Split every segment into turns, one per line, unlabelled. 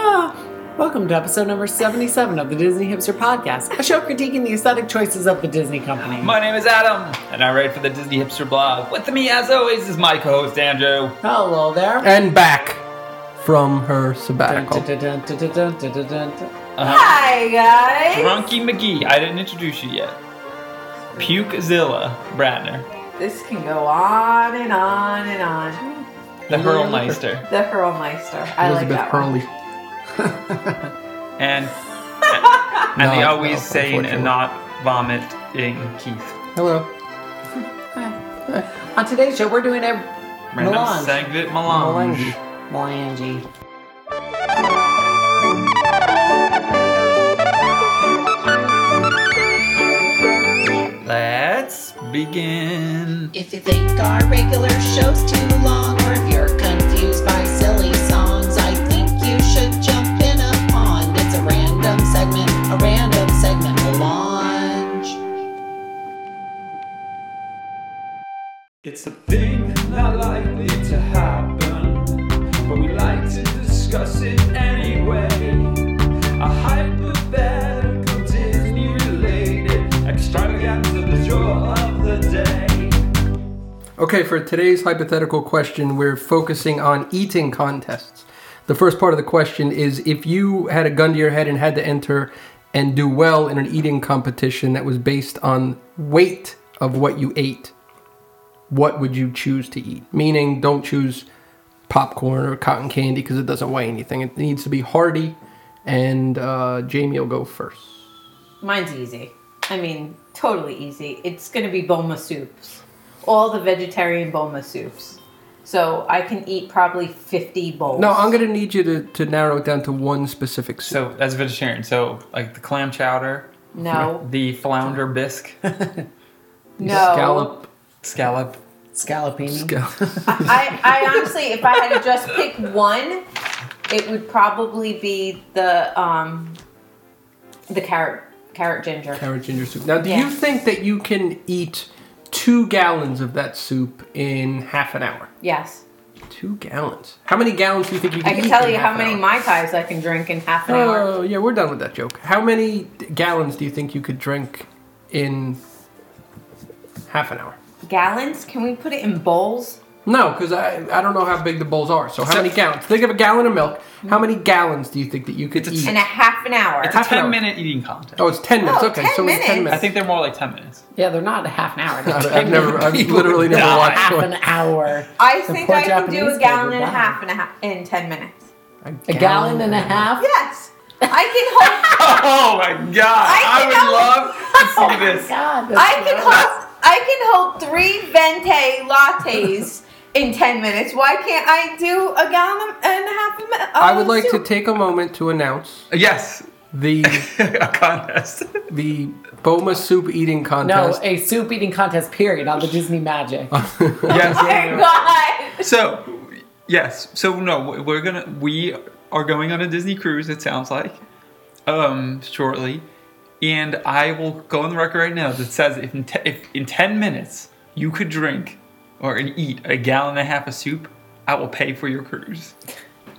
Ah, Welcome to episode number 77 of the Disney Hipster Podcast, a show critiquing the aesthetic choices of the Disney company.
My name is Adam, and I write for the Disney Hipster blog. With me, as always, is my co-host Andrew.
Hello there.
and back from her sabbatical.
Dun-dun-dun-dun-dun-dun-dun-dun.
Uh,
Hi guys.
Drunky McGee. I didn't introduce you yet. Pukezilla Bratner,
This can go on and on and on.
the Hurlmeister,
The Hurlmeister. I like
Elizabeth
that one.
Hurley.
and and
No,
the
no,
always sane
unfortunately.
and not vomiting Keith.
Hello.
On today's show, we're doing a
Random
melange.
segment melange.
Melange.
Let's begin.
If you think our regular show's too long, or if you're confused by silly songs, I think you should jump in a pond. It's a random segment, a random segment melange.
It's a thing not likely to happen, but we like to discuss it anyway. A hypothetical Disney related extravaganza, the jaw of the day.
Okay, for today's hypothetical question, we're focusing on eating contests. The first part of the question is if you had a gun to your head and had to enter and do well in an eating competition that was based on weight of what you ate, what would you choose to eat? Meaning, don't choose popcorn or cotton candy because it doesn't weigh anything. It needs to be hearty, and uh, Jamie will go first.
Mine's easy. I mean, totally easy. It's gonna be Boma soups. All the vegetarian Boma soups. So I can eat probably fifty bowls.
No, I'm gonna need you to, to narrow it down to one specific soup.
So that's vegetarian. So like the clam chowder,
No.
the flounder bisque,
No.
Scallop.
scallop.
Scallopini.
Scallop.
I, I honestly, if I had to just pick one, it would probably be the um the carrot carrot ginger.
Carrot ginger soup. Now, do
Yeah.
you think that you can eat two gallons of that soup in half an hour?
Yes.
Two gallons. How many gallons do you think you can
I
eat?
can tell
in
you
half
how
an
many
hour?
Mai Tais I can drink in half an hour.
Oh, yeah, we're done with that joke. How many d- gallons do you think you could drink in half an hour?
Gallons? Can we put it in bowls?
No, because I, I don't know how big the bowls are. So how many gallons? Think of a gallon of milk. How many gallons do you think that you could
It's a
eat?
In a half an hour.
Half an
Ten
hour.
minute eating contest.
Oh, it's ten minutes.
Oh,
okay,
10
so it's ten
minutes.
minutes.
I think they're more like ten minutes.
Yeah, they're not a half an hour.
I-
They're
I've never, I've
People
literally never
die.
watched
half an
one.
hour.
I
The
think
poor
I can do
Japanese
a gallon
kid
and a
would
half and a half in ten minutes.
A gallon and a half?
Yes. I can hold
Oh my god! I,
I know.
would love to see this.
Oh God, that's
I can
gross.
hold I can hold three vente lattes in ten minutes. Why can't I do a gallon and a half of mi-
I
of
would like to
Oh, soup?
take a moment to announce
Yes,
the
a contest.
the Boma soup eating
No,
contest.
a soup eating contest, period, on the Disney Magic.
Oh my
yes.
god.
So, yes. So no, we're gonna we are going on a Disney cruise. It sounds like, um, shortly, and I will go on the record right now that says if in, te- if in ten minutes you could drink or and eat a gallon and a half of soup, I will pay for your cruise.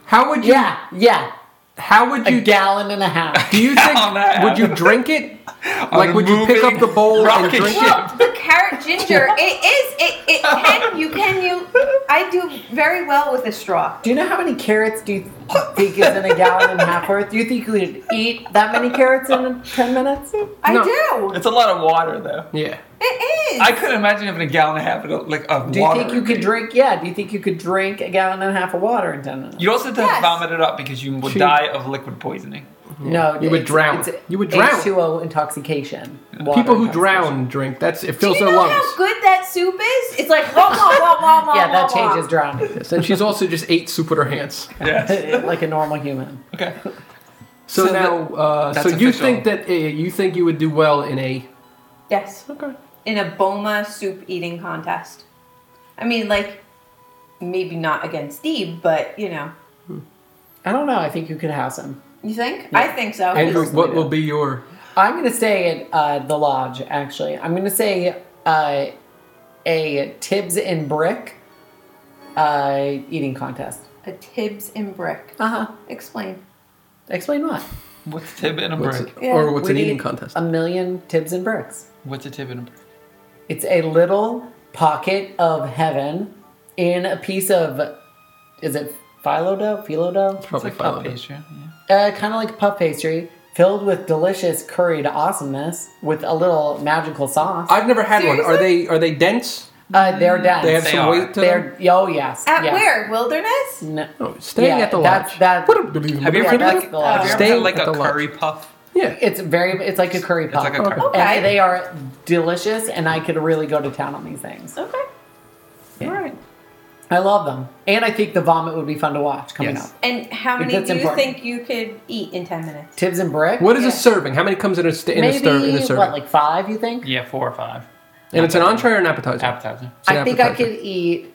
How would you?
Yeah, yeah.
How would
A
you?
gallon and a half.
do you think?
Hell, man.
Would you drink it?
On
Like,
a
would you pick
moving
up the bowl and
rocket
drink
ship.
it?
Well, the carrot ginger, it is it, it can you can you I do very well with a straw.
Do you know how many carrots do you think is in a gallon and a half worth? Do you think you could eat that many carrots in 10 minutes?
I
No.
do.
It's a lot of water though.
Yeah.
It is.
I couldn't imagine having a gallon and a half of like of
Do you
water.
think you could drink? Yeah, do you think you could drink a gallon and a half of water in 10 minutes?
You'd also have to
Yes.
vomit it up because you would
She-
die of liquid poisoning.
No,
You would
it's-
drown.
it's
You would drown.
H2O intoxication. Water
People who
intoxication.
drown drink. That's it.
do
Fills
you
their
know
lungs.
how good that soup is? It's like wah wah wah wah wah.
Yeah, that
wah, wah.
changes drowning.
And she's also just ate soup with her hands.
Yes.
like a normal human.
okay.
So,
So
now, uh, so
that's
you
official.
think that uh, you think you would do well in a?
Yes,
Okay.
in a Boma soup eating contest. I mean, like maybe not against Steve, but you know,
I don't know. I think you could house him.
you think? I think so.
Andrew,
Absolutely.
what will be your?
I'm going to say at uh, the lodge, actually. I'm going to say uh, a Tibbs and Brick uh, eating contest.
a Tibbs and brick.
Uh huh.
Explain.
Explain what?
What's a tib and a
What's
brick?
it- Or what's
We
an eating
need
contest?
A million tibs and bricks.
What's a tib and a brick?
It's a little pocket of heaven in a piece of, is it phyllo dough? Phyllo dough?
It's
Probably
like puff
followed it.
pastry. Yeah.
Uh, kind of like puff pastry, filled with delicious curried awesomeness with a little magical sauce.
I've never had one. Are they are they dense?
Uh, they're dense.
They have
They
some
are.
weight to
They're,
them.
oh, yes.
At
yes.
where? Wilderness?
No.
No, staying
Yeah,
at the lodge.
that's- that-
What a- believe it or
Have you
Yeah,
not,
ever
that's
had
the
like, have you ever
Stay
had like
at
a
the Oh. lodge.
curry puff?
Yeah.
It's very, it's like a curry
It's
puff.
like a curry
Okay.
puff.
Okay.
And they are delicious, and I could really go to town on these things.
Okay. All right.
I love them. And I think the vomit would be fun to watch coming
Yes.
up.
And how many
That's
do you
important.
think you could eat in 10 minutes?
Tibs and brick.
What is
Yeah.
a serving? How many comes in a, st- in
Maybe,
a stir in a serving?
what, like five, you think?
Yeah, four or five.
and it's an entree or an appetizer?
Appetizer.
It's an
I think I
appetizer.
could eat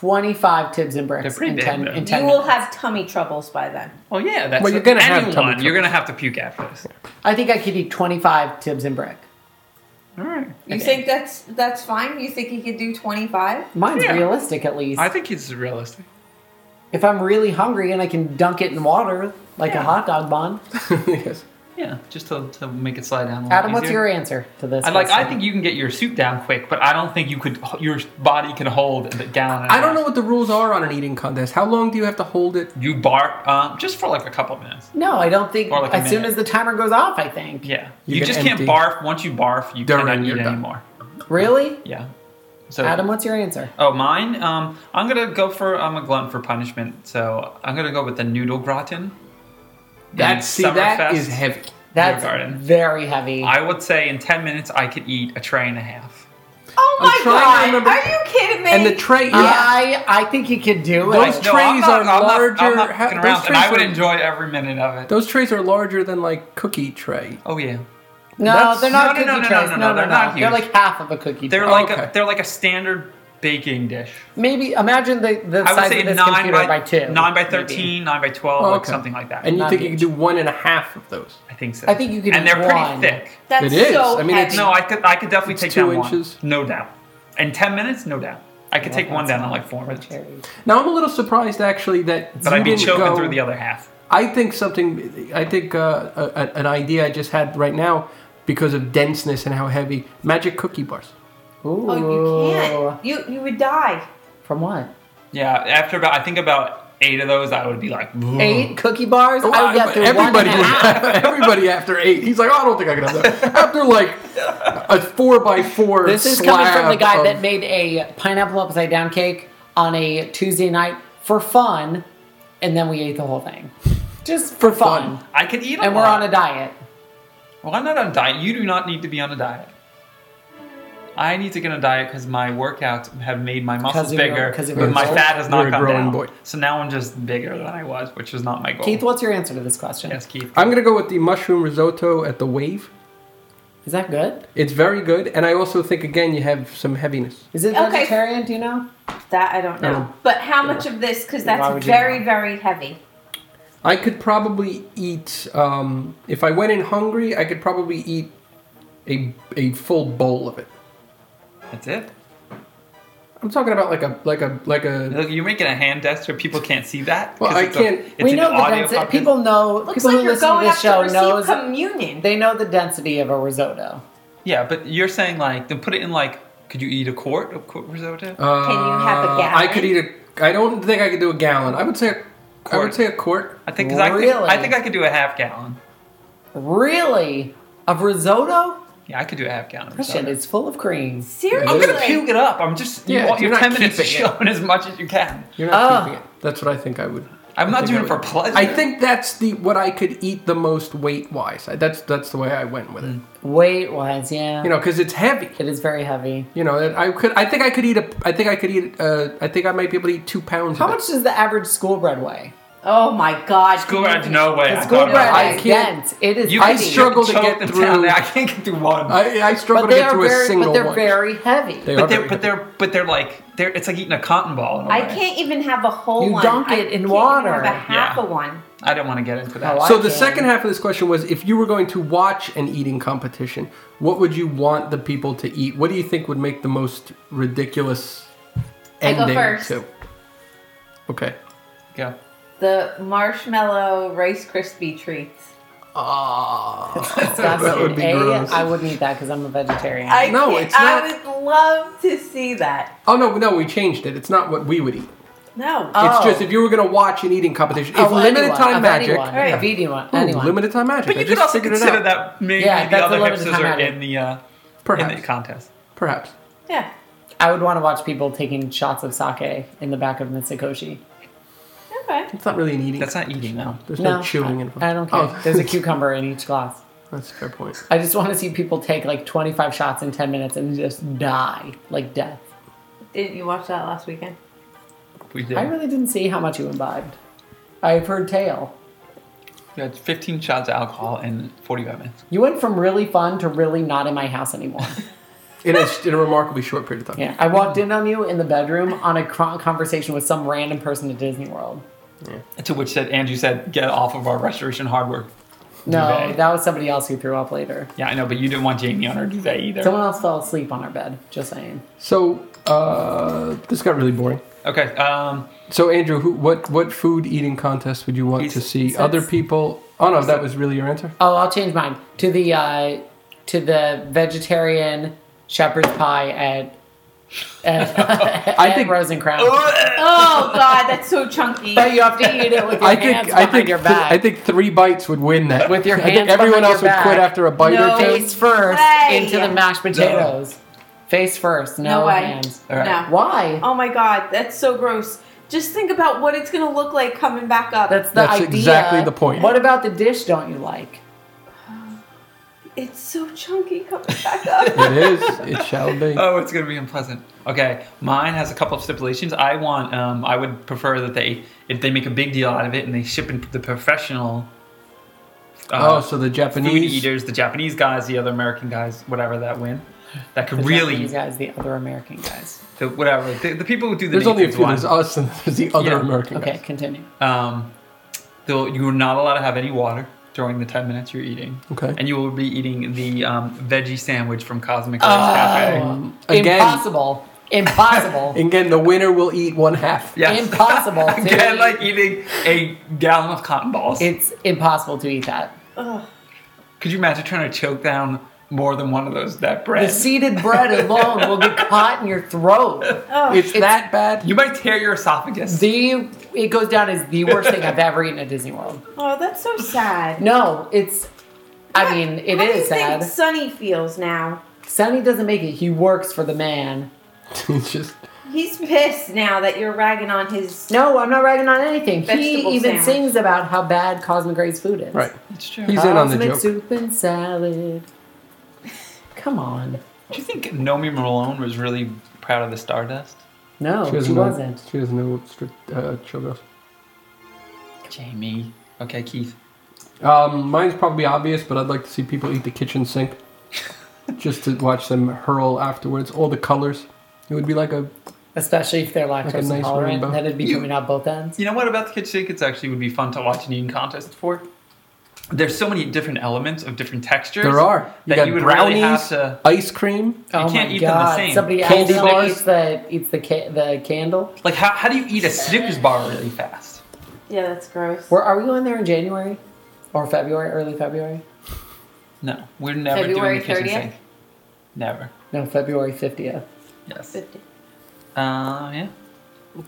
25 tibs and bricks
They're pretty
in
big,
10,
though.
in 10
You will
minutes.
have tummy troubles by then.
Well, yeah, that's
Well, you're gonna have
anyone.
tummy
you're
troubles.
gonna have to puke after this.
I think I could eat 25 tibs and brick.
All right.
You think that's that's fine? You think you could do 25?
Mine's
Yeah.
realistic, at least.
I think it's realistic.
if I'm really hungry and I can dunk it in water like a
Yeah.
hot dog bun.
yes.
Yeah, just to, to make it slide down. A little
Adam, what's your
easier.
answer to this?
I like. I
question?
think you can get your soup down quick, but I don't think you could. Your body can hold a gallon. and a
I don't
half.
know what the rules are on an eating contest. How long do you have to hold it?
You bark um, just for like a couple minutes.
No, I don't think.
Or like a
as soon
minute.
as the timer goes off, I think.
Yeah,
You
you,
get
just
empty.
can't barf. Once you barf, you
During
cannot
you're
eat
done.
anymore.
Really?
Yeah. So
Adam, what's your answer?
Oh, mine. Um, I'm gonna go for. I'm a glutton for punishment, so I'm gonna go with the noodle gratin.
That
And
see, that
Summerfest.
is heavy.
That's
garden.
very heavy.
I would say in ten minutes I could eat a tray and a half.
Oh
I'm
my
trying to
god!
remember-
Are you kidding me?
And the tray,
I I think you could do
Those
it.
tra- Trays
I'm not-
are
I'm not-
larger-
I'm not
how-
fucking
those
around, and
trays
I would
are-
enjoy every minute of it.
those trays are larger than like cookie tray.
Oh yeah,
no,
That's-
they're not
no, no,
cookie
no, no,
trays.
no, no,
No, no,
they're
no.
not
They're
huge.
like half of a cookie
they're
tray.
like
okay.
a, they're like a standard baking dish.
Maybe imagine the, the
I would
size
say
of this
nine
computer
by,
by, two.
nine by
maybe.
thirteen, nine by twelve,
Oh,
like
okay.
something like that.
And you
Not
think you
huge.
can do one and a half of those?
I think so.
I think you could eat
And they're
one.
pretty thick.
That's
It is.
so
I mean, it's-
heavy.
No, I could I could definitely
It's
take
two
down
inches.
one. No doubt. In ten minutes, no doubt. I could take one down in like four minutes.
Cherries.
Now I'm a little surprised actually that
But
you
I'd be
didn't
choking
go-
through the other half.
I think something. I think uh, a, a- an idea I just had right now because of denseness and how heavy magic cookie bars.
Ooh.
Oh, you can't. You you would die.
From what?
Yeah, after about I think about eight of those, I would be like, "Ugh."
Eight cookie bars? Oh,
Oh,
I would get through
everybody,
one
would
and a half.
have- everybody after eight. He's like, oh, I don't think I can have that. After like a four by four.
This is
slab
coming from the guy
of-
that made a pineapple upside down cake on a Tuesday night for fun, and then we ate the whole thing. Just for fun.
I could eat. A
And we're
lot.
on a diet.
Well, I'm not on diet. You do not need to be on a diet. I need to get on a diet because my workouts have made my muscles
of your-
bigger,
'cause of
but
your
my
growth?
fat has not
You're a
gone
growing
down.
boy.
So now I'm just bigger than I was, which is not my goal.
Keith, what's your answer to this question?
yes, Keith.
I'm gonna go with the mushroom risotto at the wave.
Is that good?
It's very good, and I also think again you have some heaviness.
Is it
Okay.
vegetarian? Do you know?
That I don't know.
No.
But how much of this? Because
Why
that's
would you
very
not?
very heavy.
I could probably eat um, if I went in hungry. I could probably eat a a full bowl of it.
That's it.
I'm talking about like a like a like a.
Look, you're making a hand gesture. People can't see that.
Well,
'cause
I
it's a-
can't-
it's
we
an
know the
audio
density.
podcast.
People know.
Looks
people
like
who
you're
listen
going
to
up
this show
to receive
knows
communion.
they know the density of a risotto.
Yeah, but you're saying like then put it in like. Could you eat a quart of quart risotto?
Uh,
Can you have a
I could eat
gallon?
a. I don't think I could do a gallon. I would say a. I would
Quart.
say a quart.
I think because I, think-
really?
I think I could do a half gallon.
Really? Of risotto?
Yeah, I could do a half gallon of
That shit
risotto.
is full of cream.
Seriously.
I'm gonna puke it up. I'm just
Yeah,
you want
you're
your
not
ten minutes to
keeping it.
shove in as much as you can.
You're not
Ah.
keeping it. That's what I think I would.
I'm not
think
doing
I
it for
would.
pleasure.
I think that's the what I could eat the most weight wise. That's that's the way I went with it.
Mm. Weight wise, yeah.
You know, because it's heavy.
it is very heavy.
You know, that I could. I think I could eat a. I think I could eat. Uh, I think I might be able to eat two pounds.
How
of it.
much does the average school bread weigh?
Oh my god.
School bread, no way.
The
I
school
thought about
bread
it.
I
is
can't-
dense. It is.
You
I
can
heavy.
struggle- to
choke
get
them
through-
down. I can't get through one.
I, I struggle
But
to
they
get
are
through a
very.
single
But they're
one.
very heavy.
They are
but
very
they're but
heavy.
they're but they're like they're it's like eating a cotton ball. In a
I
way.
can't even have a whole
You
one.
dunk
I
it in
can't even
water.
Have a half
Yeah.
a one.
I don't want to get into that.
Oh, I-
So the
can.
second half of this question was: if you were going to watch an eating competition, what would you want the people to eat? What do you think would make the most ridiculous
I go
ending
first.
to? Okay.
Go.
the marshmallow Rice Krispie treats.
Ah,
That's
that would
it.
be
A,
gross.
I wouldn't eat that because I'm a vegetarian.
I
No,
can't-
it's not-
I would love to see that.
oh no, no, we changed it. It's not what we would eat.
No.
It's
Oh.
just if you were going to watch an eating competition, if
Of
limited
anyone,
time
of
magic,
anyone,
Right.
of anyone,
Ooh,
anyone.
limited time magic.
But
I
you
just
could also
figured it
consider
out.
that maybe
Yeah,
the
that's
other
a limited
hipsters
time
are
item.
in the uh, in the
Perhaps.
contest.
Perhaps.
yeah.
I would want to watch people taking shots of sake in the back of Mitsukoshi.
Okay.
It's not really an eating.
That's not eating though.
There's no,
No,
chewing
I,
involved.
I don't care.
Oh,
There's a cucumber in each glass.
that's a fair point.
I just want to see people take like 25 shots in 10 minutes and just die like death.
Didn't you watch that last weekend?
We did.
I really didn't see how much you imbibed. I've heard tale.
we had 15 shots of alcohol in 45 minutes.
You went from really fun to really not in my house anymore.
In a, in a remarkably short period of time.
yeah, I walked in on you in the bedroom on a cro- conversation with some random person at Disney World.
To which said Andrew said, "Get off of our restoration hardware."
No,
Duvet.
that was somebody else who threw up later.
Yeah, I know, but you didn't want Jamie on our duvet either.
Someone else fell asleep on our bed. Just saying.
So uh, this got really boring.
Okay. Um,
So Andrew, who, what what food eating contest would you want
He's-
to see other people? Oh no, that was really your answer.
Oh, I'll change mine to the uh, to the vegetarian shepherd's pie at. at
I
I think
think-
Rose and Crown.
Oh God, that's so chunky.
But you have to eat it with your
I
hands
think I
behind
think
your
th-
back.
I think three bites would win that.
With your
I think
hands
everyone
behind
else
your
would quit
back.
after a bite
No.
or two.
face first
Way.
into the mashed potatoes. Face first, no,
No way.
hands.
all right.
No.
Why?
Oh my God, that's so gross. Just think about what it's gonna look like coming back up.
That's the
That's
idea.
exactly the point.
What about the dish? Don't you like?
it's so chunky coming back up.
It is. It shall be.
Oh, it's gonna be unpleasant. Okay, mine has a couple of stipulations. I want. Um, I would prefer that they, if they make a big deal out of it and they ship in the professional.
oh,
uh,
so the
food
Japanese
eaters, the Japanese guys, the other American guys, whatever that win, that could
The
really,
Japanese guys, the other American guys.
the, whatever the, the people who do the
There's only a
Nathan's
few.
wine,
There's us and there's the other
Yeah.
American
Okay,
guys.
continue.
um, though you are not allowed to have any water during the ten minutes you're eating,
Okay.
and you will be eating the um, veggie sandwich from Cosmic Rice
Ah!
Cafe.
Um,
Again.
Impossible. Impossible.
And again, the winner will eat one half.
Yes.
Impossible. to
Again,
eat.
like eating a gallon of cotton balls.
it's impossible to eat that.
Ugh.
Could you imagine trying to choke down more than one of those that
The
bread?
seeded bread alone will get caught in your throat.
Oh,
It's, that bad.
you might tear your esophagus.
The it goes down as the worst thing I've ever eaten at Disney World.
oh, that's so sad.
No, it's. I mean, it
How do you
is sad.
think Sunny feels now?
Sonny doesn't make it. He works for the man.
it's just
He's pissed now that you're ragging on his.
No, I'm not ragging on anything. he
Vegetable
even
sandwich.
sings about how bad Cosmic Gray's food is.
right.
It's true.
He's in on the
Cosmic
joke.
soup and salad. Come on.
Do you think Nomi Malone was really proud of the Stardust?
No, she,
doesn't know-
wasn't.
She doesn't know what strict uh, showgirls.
Jamie. Okay, Keith.
Um, mine's probably obvious, but I'd like to see people eat the kitchen sink, just to watch them hurl afterwards. All the colors. It would be like a
Especially if they're lactose
Like a nice
intolerant,
rainbow.
then it'd be
You-
coming out both ends.
You know what about the kitchen sink? It's actually would be fun to watch an eating contest for. There's so many different elements of different textures.
there are. You
that
got
you would
brownies,
really have to.
ice cream.
You
oh
can't
my
eat them
god!
the same.
Somebody
Candy
accidentally
bars?
eats the eats the ca- the candle.
Like how, how do you eat a Snickers bar really fast?
Yeah, that's gross.
Where are we going there in January or February? Early February?
No, we're never
February
doing the kitchen
30th?
sink. Never.
No, February fiftieth.
Yes. Uh, yeah.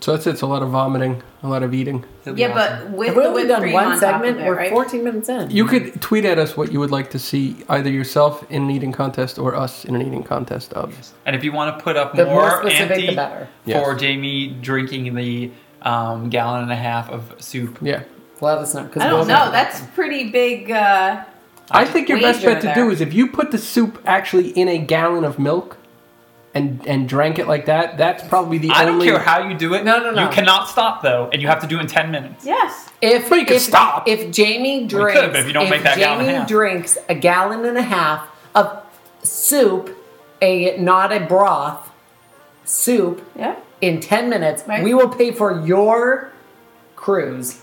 So that's it. It's a lot of vomiting, a lot of eating.
That'd be
Yeah,
awesome.
but with
We've
the
only
whipped
done
cream
one
on
segment.
top of it,
We're
right?
14 minutes in.
Mm-hmm.
You could tweet at us what you would like to see either yourself in an eating contest or us in an eating contest of.
And if you want to put up
The
more,
more specific, the
empty
better.
Yes.
for Jamie drinking the um, gallon and a half of soup.
Yeah.
Let us know. 'cause
I
we'll
don't know. That's pretty big. Uh,
I think your best
Wager
bet to
there.
do is if you put the soup actually in a gallon of milk and and drank it like that, that's probably the
I don't
only
care how you do it.
No, no, no.
You cannot stop though, and you have to do it in ten minutes.
yes.
If
But you could
if,
stop.
If Jamie
but
drinks,
if you don't make that
Jamie
gallon and a half.
drinks a gallon and a half of soup, a not a broth, soup
Yeah.
in ten minutes,
Right.
we will pay for your cruise,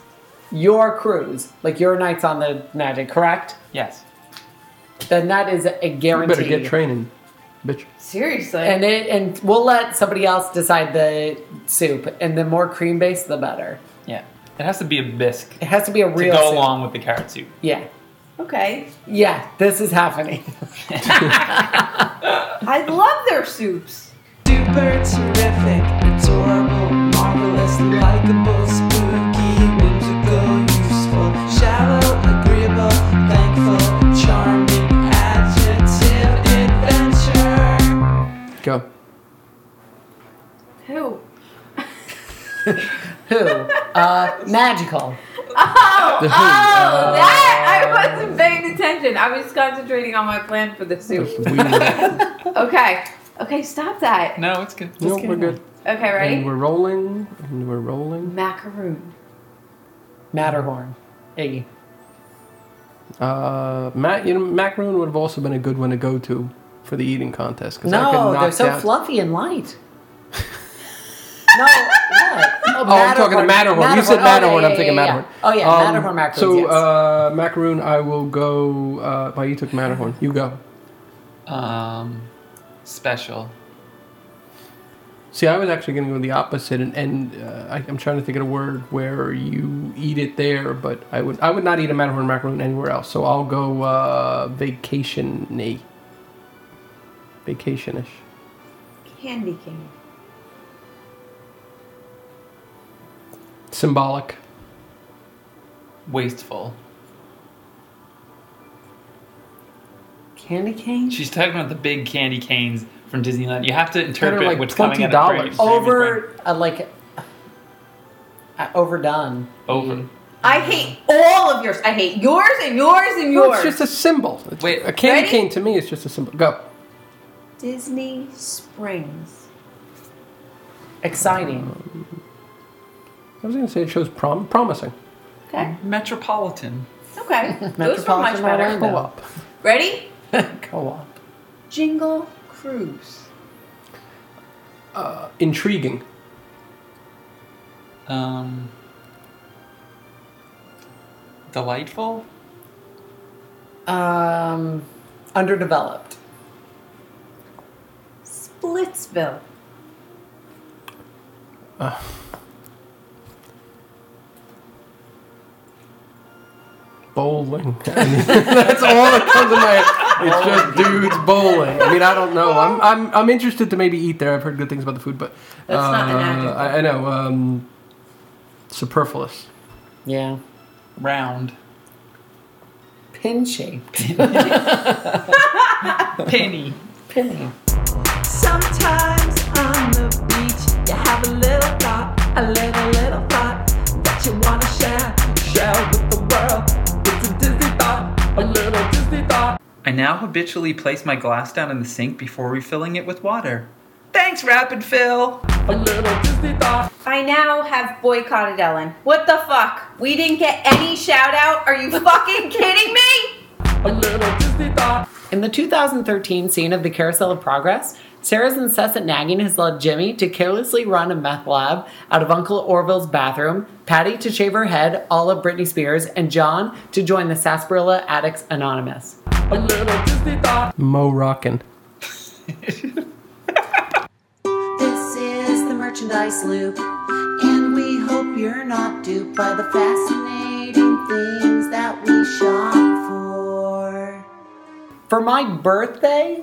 your cruise, like your nights on the magic. Correct?
Yes.
Then that is a
you
guarantee.
better get training, bitch.
Seriously.
and it and we'll let somebody else decide the soup, and the more cream based, the better.
Yeah. It has to be a bisque
It has to be a
to
real.
go
soup.
along with the carrot soup.
Yeah.
Okay.
Yeah, this is happening.
I love their soups.
Super terrific, adorable, marvelous, likable, spooky, whimsical, useful, shallow, agreeable, thankful, charming, adjective, adventure.
Go.
Who?
Who? Uh, magical.
Oh, oh,
The who, uh,
that! I wasn't paying attention. I was concentrating on my plan for the
That's
soup.
weird. no,
Okay. Okay, stop that.
No, it's good. It's
we're good.
Okay,
And
ready?
we're rolling. And we're rolling.
Macaroon.
Matterhorn. Iggy.
Uh, Matt, you know, macaroon would have also been a good one to go to for the eating contest because I could
No,
knock
they're so
down-
fluffy and light. no, what? Oh,
Oh, I'm talking to Matterhorn. You said Matterhorn.
Oh, yeah,
I'm thinking
yeah, yeah,
Matterhorn.
yeah. Oh yeah,
Um,
Matterhorn macaroons.
So
yes.
uh, macaroon, I will go. Uh, well, you took Matterhorn. You go.
Um, special.
See, I was actually going to go the opposite, and, and uh, I, I'm trying to think of a word where you eat it there, but I would I would not eat a Matterhorn macaroon anywhere else. So I'll go uh, vacation-y. Vacation-ish.
Candy cane.
Symbolic.
Wasteful.
candy cane.
She's talking about the big candy canes from Disneyland. You have to interpret
like
what's coming out
$20.
of Graham's- Graham's
Over, uh, like, uh, overdone.
brain. Over.
I hate all of yours. I hate yours and yours and yours.
Well, it's just a symbol. It's-
Wait,
a candy
ready?
cane to me is just a symbol. Go.
Disney Springs.
Exciting.
I was going to say it shows prom- promising.
Okay.
Metropolitan.
Okay. Those were much
Metropolitan
better.
Orlando.
Go up.
Ready?
Go up.
Jingle Cruise.
Uh, intriguing.
Um, delightful.
Um, underdeveloped.
Splitsville.
Bowling. I mean, that's all that comes to my. It's just dudes bowling. I mean, I don't know. I'm, I'm, I'm interested to maybe eat there. I've heard good things about the food, but
That's not an
uh,
adjective.
I, I know. Um, superfluous.
Yeah.
Round.
Pin shaped.
Penny.
Penny.
Sometimes on the beach, you have a little thought, a little, little thought that you want to share.
Share with the world, it's a Disney thought, a little Disney thought.
I now habitually place my glass down in the sink before refilling it with water. Thanks, Rapid Fill.
A little Disney thought.
I now have boycotted Ellen. What the fuck? We didn't get any shout out? Are you fucking kidding me?
A little Disney thought.
In the 2013 scene of The Carousel of Progress, Sarah's incessant nagging has led Jimmy to carelessly run a meth lab out of Uncle Orville's bathroom, Patty to shave her head, all of Britney Spears, and John to join the Sarsaparilla Addicts Anonymous.
A little Disney thought.
Mo rockin'.
This is the merchandise loop, and we hope you're not duped by the fascinating things that we shop for.
For my birthday,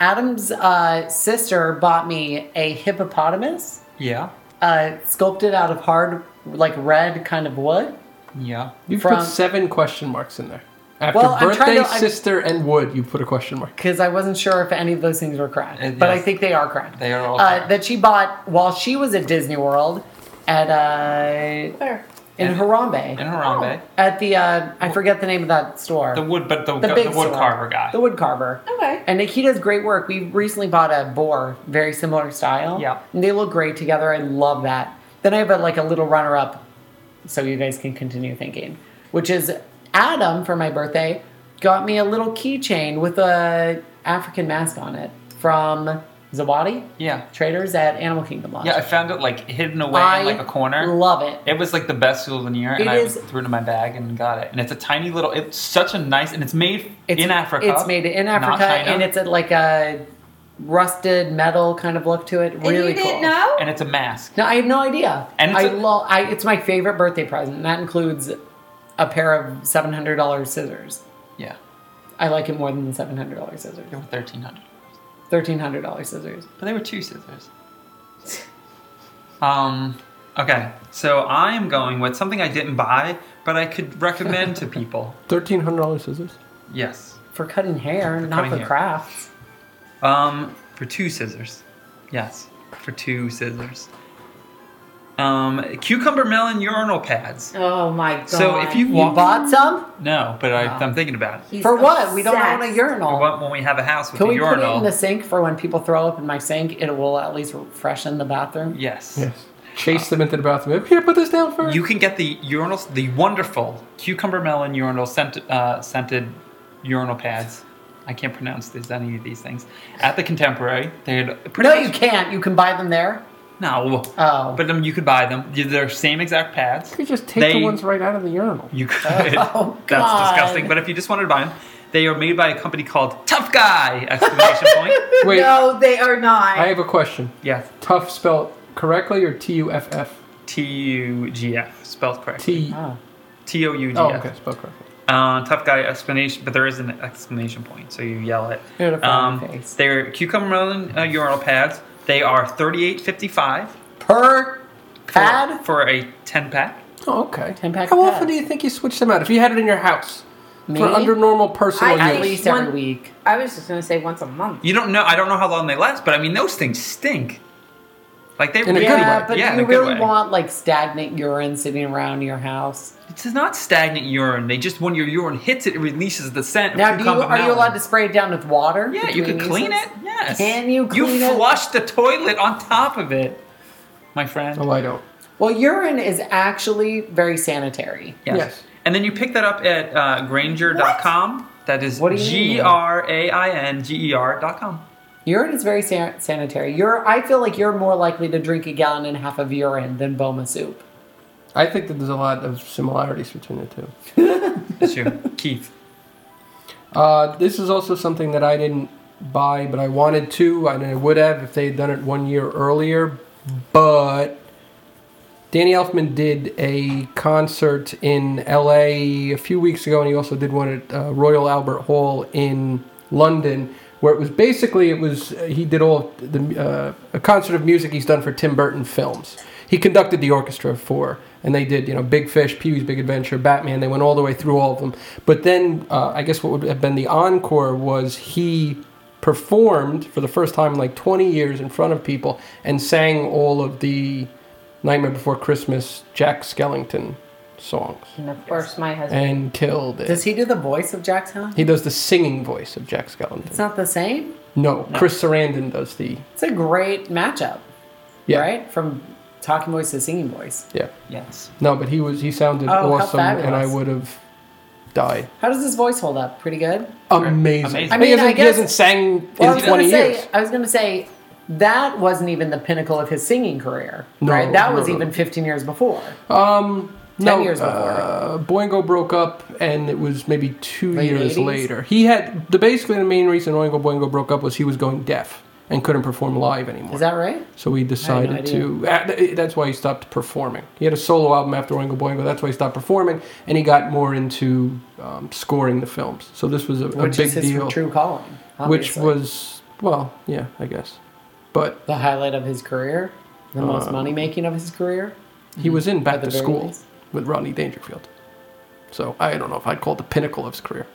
Adam's uh, sister bought me a hippopotamus,
Yeah.
uh, sculpted out of hard, like red kind of wood.
Yeah.
You've
From-
put seven question marks in there. After
Well, I'm trying
birthday,
to- I'm-
sister, and wood, you put a question mark.
because I wasn't sure if any of those things were cracked,
Uh,
but I
yes.
think they are cracked.
They are all
uh,
cracked.
that she bought while she was at Disney World at uh,
Where?
in
And-
Harambe
And Harambe.
at the uh, I forget the name of that store,
The wood, but the,
The
the,
big
wood
store.
carver guy.
the wood carver.
Okay.
And Nikita's great work. We recently bought a boar, very similar style.
Yeah.
and they look great together. I love that. Then I have a, like a little runner up, so you guys can continue thinking, which is Adam for my birthday got me a little keychain with a African mask on it from Zawadi
yeah.
Traders at Animal Kingdom Lodge.
Yeah, I found it like hidden away
I
in like a corner.
Love it.
It was like the best souvenir,
It
and I
is-
threw it in my bag and got it. And it's a tiny little. It's such a nice, and it's made in Africa.
It's made in
not
Africa,
China.
and it's at like a rusted metal kind of look to it.
And
really
you
cool.
didn't know?
And it's a mask.
No, I had no idea.
And it's
I
a-
lo- I it's my favorite birthday present. And that includes a pair of seven hundred dollar scissors.
Yeah.
I like it more than seven hundred dollar scissors.
They were thirteen hundred.
Thirteen hundred dollar scissors.
But they were two scissors. Um okay. So I am going with something I didn't buy, but I could recommend to people.
Thirteen hundred dollars scissors.
Yes.
For cutting hair, not
cutting
for
hair.
crafts.
Um, for two scissors. Yes, for two scissors. Um, cucumber melon urinal pads.
Oh my god.
So if you
You
walk,
bought some?
no, but I, I'm thinking about it.
Mm. He's
for what? We don't
obsessed.
own a
I
urinal.
want- When we have a house with
Can
a
we put it
urinal,
in the sink for when people throw up in my sink? It will at least freshen the bathroom.
yes,
Yes. Chase them into the bathroom. Here, put this down first.
you can get the urinals, the wonderful cucumber melon urinal scent, uh, scented urinal pads. I can't pronounce these, any of these things. At the Contemporary, they had pretty
No,
much-
you can't. You can buy them there.
no,
Oh.
but um, you could buy them. They're same exact pads.
You could just take
They-
the ones right out of the urinal.
You could.
Oh,
That's
God.
disgusting. But if you just wanted to buy them, they are made by a company called Tough Guy! Exclamation point.
Wait,
No, they are not.
I have a question.
Yes.
Tough spelled correctly or T U F F?
T U G F. Spelled correctly.
T.
Oh.
T O U G
Oh,
F.
okay, spelled correctly.
Uh, tough guy explanation, but there is an exclamation point, so you yell it.
You're the
Um,
fucking face.
they're cucumber melon uh, urinal pads. They are thirty-eight fifty-five
Per pad?
for a ten pack.
Oh, okay.
10 pack
How
of
often
pads.
do you think you switch them out? If you had it in your house
Me?
for under normal personal
I-
At
use,
least
One-
every week.
I was just gonna say once a month.
You don't know. I don't know how long they last, but I mean those things stink. Like they
a
really,
good
Yeah,
way.
but
yeah, in
you
a good
really
way.
want like stagnant urine sitting around your house.
It's not stagnant urine. They just when your urine hits it, it releases the scent. of
Now, do you,
cucumber
are you
melon.
allowed to spray it down with water?
Yeah, you
between
could clean
uses?
it. Yes.
Can you clean
You
it?
flush the toilet on top of it, my friend.
Oh, I don't.
Well, urine is actually very sanitary.
Yes.
Yes.
And then you pick that up at uh, Granger.com. That is
What do you mean?
G R A I N G E R.com.
Urine is very san- sanitary. You're, I feel like you're more likely to drink a gallon and a half of urine than Boma soup.
I think that there's a lot of similarities between the two.
That's you, Keith.
Uh, this is also something that I didn't buy, but I wanted to, and I would have if they had done it one year earlier. But Danny Elfman did a concert in LA a few weeks ago, and he also did one at uh, Royal Albert Hall in London, where it was basically it was uh, he did all the uh, a concert of music he's done for Tim Burton films. He conducted the orchestra for, and they did you know Big Fish, Pee Wee's Big Adventure, Batman. They went all the way through all of them. But then uh, I guess what would have been the encore was he performed for the first time in like 20 years in front of people and sang all of the Nightmare Before Christmas Jack Skellington songs
And of course, my husband.
and killed it.
Does he do the voice of Jack Skellington?
he does the singing voice of Jack
It's
Skellington.
not the same.
No, Chris Sarandon does the
It's a great matchup,
yeah,
right? From talking voice to singing voice.
yeah.
Yes.
No, but he was he sounded
Oh, how
awesome, and I
fabulous.
would have died.
How does his voice hold up? Pretty good.
Amazing.
Amazing.
I
he,
mean,
hasn't,
I
he hasn't
guess-
sang
Well, I
in
was
20
gonna
years.
say, I was going to say that wasn't even the pinnacle of his singing career,
No,
right? That was
no, no.
even 15 years before.
Um,
10
no,
years before.
Uh, Boingo broke up, and it was maybe two
Late
years
80s?
later. He had the basically the main reason Oingo Boingo broke up was he was going deaf and couldn't perform live anymore.
Is that right?
so he decided to. uh, th- That's why he stopped performing. He had a solo album after Oingo Boingo. That's why he stopped performing, and he got more into um, scoring the films. So this was a, a
Which
big
is his
deal,
true calling.
which
obviously.
was well, yeah, I guess. But
the highlight of his career, the
Uh,
most money making of his career.
he was in Back
Mm-hmm. At the
to
very
School
least.
with Rodney Dangerfield. So I don't know if I'd call it the pinnacle of his career.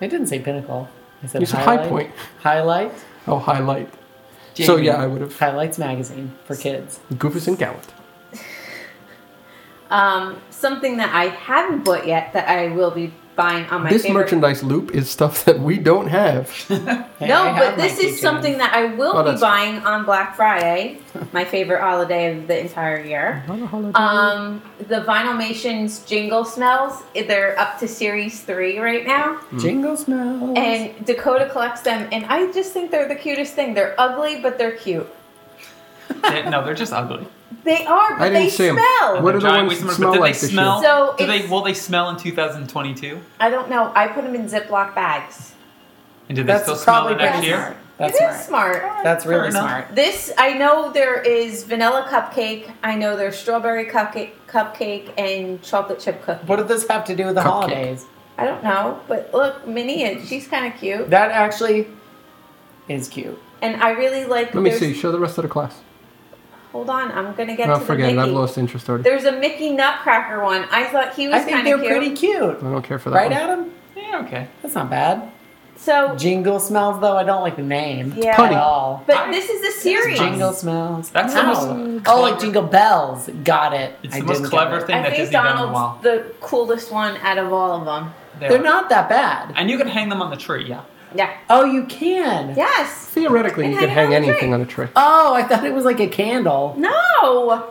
I didn't say pinnacle. I said
You said high
highlight.
point.
Highlight.
Oh, highlight. So
Jamie.
yeah, I would have.
Highlights magazine for kids.
Goofus and Gallant.
Um, something that I haven't bought yet that I will be buying on my
this
favorite.
merchandise loop is stuff that we don't have.
Hey, I
No,
have
but this
my
is
keychain.
something that I will
Oh,
be
that's-
buying on Black Friday, my favorite holiday of the entire year. Um, the Vinylmation's Jingle Smells, they're up to series three right now.
Jingle smells.
And Dakota collects them, and I just think they're the cutest thing. They're ugly, but they're cute.
They- no, they're just ugly.
They are, but
I didn't
they
see 'em.
smell.
What are the
Giant
ones
waste
that
of money,
smell
but do
like
they
this
smell?
year?
So
do they?
it's-
Will they smell in 2022?
I don't know. I put them in Ziploc bags.
And do they
That's
still smell
probably
it next
pretty
year?
smart. That's
it
smart.
is smart.
That's
Fair
really
enough.
smart.
This I know there is vanilla cupcake. I know there's strawberry cupcake, cupcake and chocolate chip cookie.
What did this have to do with the
Cupcake.
holidays?
I don't know, but look, Minnie, is- she's kind of cute,
That actually is cute.
and I really like.
Let me
there's-
see. Show the rest of the class.
Hold on, I'm gonna get
No,
to
forget
the
it.
Mickey.
I've lost interest already.
There's a Mickey Nutcracker one. I thought he was
I think
kind
they're
of cute.
pretty cute.
I don't care for that
Right,
one.
Adam?
Yeah, okay.
That's not bad.
So,
Jingle smells, though, I don't like the name
Yeah.
at
punny.
all.
but this is a series.
Jingle smells.
That's the
Ow.
most
Oh, like
clever-
Jingle Bells. Got it.
It's
I
the most
didn't get
clever
it.
thing
I
that
think
Disney done in a
Donald's
while.
the coolest one out of all of them.
They
They're
are.
not that bad.
And you can hang them on the tree, yeah.
Yeah.
Oh, you can.
Yes.
Theoretically, you
And
could
hang it
hang
on the
anything on a tree.
Oh, I thought it was like a candle.
No.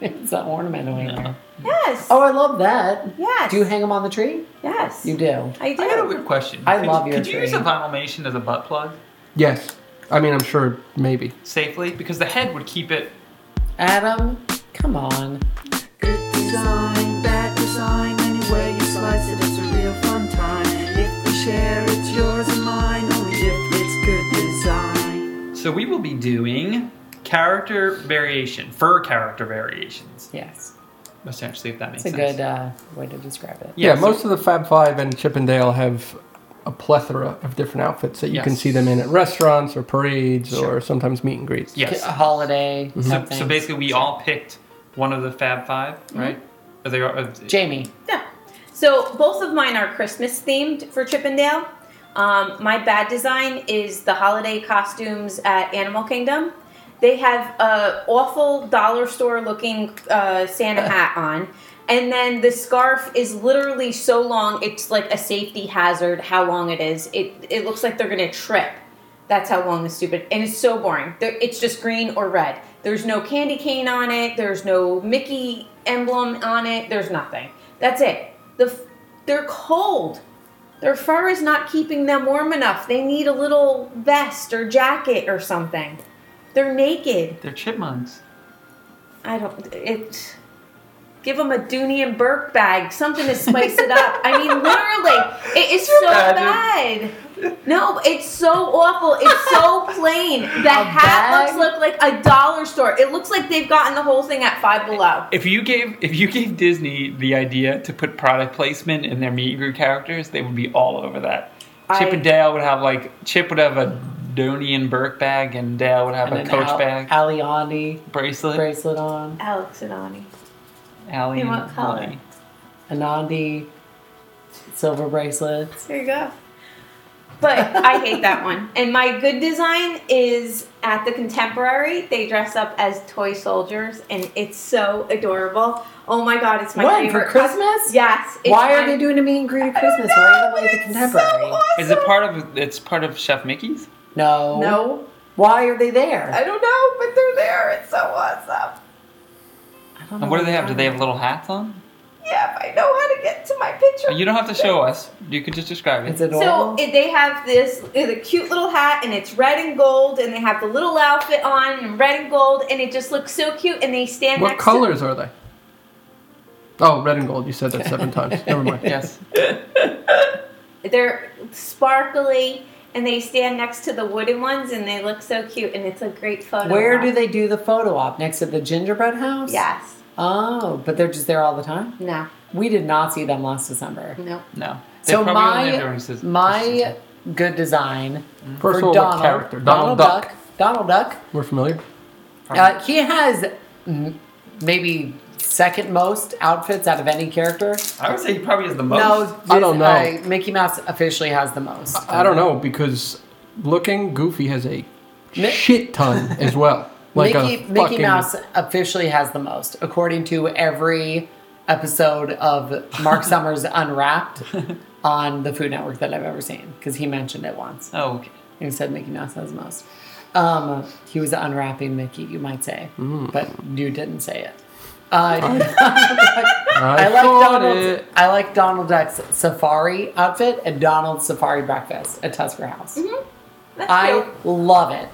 It's an ornament over
No.
there.
Yes.
Oh, I love that.
Yes.
Do you hang them on the tree?
yes.
You do.
I do.
I got a weird question.
I
could,
love your
Could you use a
tree.
Vinylmation as a butt plug
Yes. I mean, I'm sure maybe.
safely? Because the head would keep it.
Adam, come on.
Good design, bad design, any way you slice it, it's a real fun time. If we share, it's yours and mine, only if it's good design.
So we will be doing character variation, fur character variations,
Yes.
essentially, if that makes
It's a
sense.
good uh, way to describe it.
Yeah,
so-
most of the Fab Five and Chippendale have a plethora of different outfits that you can
Yes.
see them in at restaurants or parades
Sure.
or sometimes meet and greets.
Yes. Mm-hmm.
A holiday.
So,
something.
so basically, we all picked one of the Fab 5
Mm-hmm.
right? Are they? Are,
Jamie.
Yeah. So both of mine are Christmas themed for Chippendale. Um, my bad design is the holiday costumes at Animal Kingdom. They have a awful dollar store looking uh, Santa hat on, and then the scarf is literally so long it's like a safety hazard. How long it is? It it looks like they're gonna trip. That's how long the stupid and it's so boring. There, it's just green or red. There's no candy cane on it. There's no Mickey emblem on it. There's nothing. That's it. The f- they're cold. Their fur is not keeping them warm enough. They need a little vest or jacket or something. They're naked.
They're chipmunks.
I don't. It. Give them a Dooney and Burke bag, something to spice it up. I mean, literally, it is so
imagine?
bad. No, it's so awful. It's so plain. The hat
bag?
looks look like a dollar store. It looks like they've gotten the whole thing at Five Below.
If you gave if you gave Disney the idea to put product placement in their meet and greet characters, they would be all over that. Chip
I-
and Dale would have like Chip would have a Donnie and Burke bag, and Dale would have
an
a Coach
Al-
bag
Aliani
bracelet.
bracelet on.
Alex and Ani.
Allie
In
and
what color?
Lonnie.
Anandi silver bracelets.
There you go. But I hate that one. And my good design is at the Contemporary. They dress up as toy soldiers, and it's so adorable. Oh my God, it's my
When for
favorite.
Christmas?
Yes. it's
Why are
my-
they doing a meet and greet at Christmas
know,
randomly at
but
the
it's
Contemporary?
so awesome.
Is it part of it's part of Chef Mickey's?
no.
No, Uh,
Why are they there?
I don't know, but they're there. It's so awesome.
I don't know
And what do they have? Do
they're
they have
doing.
little hats on? Oh,
Yeah, if I know how to get to my picture.
You don't have to show us. You could just describe
It's
it.
So
adorable.
it, they have this uh, the cute little hat, and it's red and gold, and they have the little outfit on, and red and gold, and it just looks so cute. And they stand
What
next
colors are they? Oh, red and gold. You said that seven times. Never mind.
yes.
to they're sparkly, and they stand next to the wooden ones, and they look so cute, and it's a great photo.
Where
op.
do they do the photo op? Next to the gingerbread house?
Yes.
Oh, but they're just there all the time?
No.
We did not see them last December.
No.
No. They
So
probably only have
my
during season-
my
season.
good design
First
Mm.
for
of all,
Donald,
what character?
Donald, Duck. Donald Duck.
We're familiar.
Uh, he has mm, maybe second most outfits out of any character.
I would say he probably is the most.
No,
I don't know.
uh, Mickey Mouse officially has the most.
I don't know because looking Goofy has a
Mi-
shit ton as well. Like a
Mickey, Mickey
fucking-
Mouse officially has the most, according to every episode of Mark Summers Unwrapped on the Food Network that I've ever seen, because he mentioned it once.
Oh, okay.
and said Mickey Mouse has the most. Um, he was unwrapping Mickey, you might say,
Mm.
but you didn't say it. Uh, I like
thought
Donald.
it.
I like Donald Duck's safari outfit and Donald's safari breakfast at Tusker House.
That's
I
cute.
love it.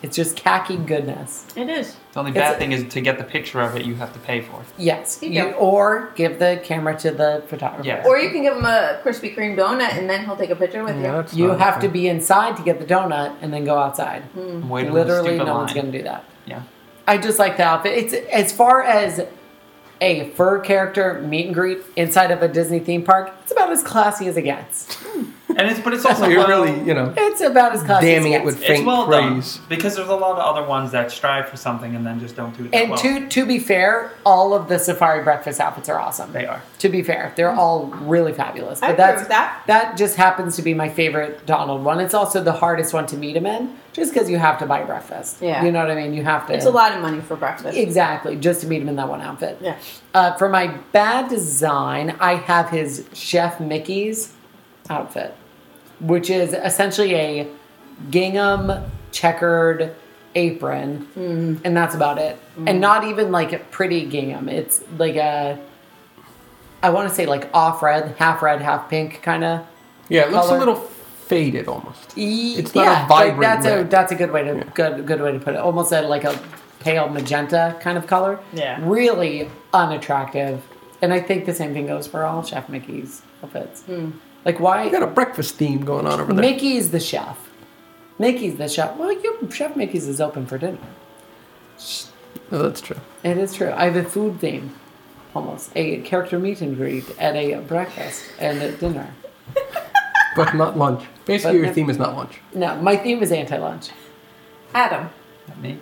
It's just khaki goodness.
It is.
The only
It's
bad
a-
thing is to get the picture of it, you have to pay for it.
Yes.
Here you
You-
go.
or give the camera to the photographer.
Yes.
Or you can give him a Krispy Kreme donut and then he'll take a picture with
Yeah,
you.
that's
You
not
have to
okay.
be inside to get the donut and then go outside.
Hmm.
I'm waiting on the
Mm. Literally, no
stupid
one's
line.
going to do that.
Yeah.
I just like the outfit. It's as far as a fur character meet and greet inside of a Disney theme park. It's about as classy as it gets.
And it's but it's also
You're
well,
really, you know,
It's about as classy.
damning
as
it
it
with
gets.
it's
faint
well
praise.
done because there's a lot of other ones that strive for something and then just don't do it. that
And
well.
to to be fair, all of the safari breakfast outfits are awesome.
They are.
To be fair, they're all really fabulous.
I
But
agree
that's
with that.
just happens to be my favorite Donald one. It's also the hardest one to meet him in, just because you have to buy breakfast.
Yeah.
you know what I mean. You have to.
It's a lot of money for breakfast.
Exactly, just to meet him in that one outfit.
Yeah.
Uh, for my bad design, I have his Chef Mickey's outfit, which is essentially a gingham checkered apron,
Mm-hmm.
and that's about it. And not even like a pretty gingham. It's like a, I want to say like off red, half red, half pink kind of.
Yeah, it looks
color.
a little faded almost.
It's
not a vibrant
that's a
red.
that's a good way to
Yeah.
good good way to put it. Almost a, like a pale magenta kind of color.
Yeah.
Really unattractive. And I think the same thing goes for all Chef Mickey's outfits. Like why
You got a breakfast theme going on over there.
Mickey's the chef. Mickey's the chef. Well, you, Chef Mickey's is open for dinner.
Oh, that's true.
It is true. I have a food theme, almost a character meet and greet at a breakfast and at dinner.
But not lunch. Basically,
But
your
not-
theme is not lunch.
No, my theme is anti-lunch.
Adam.
Me?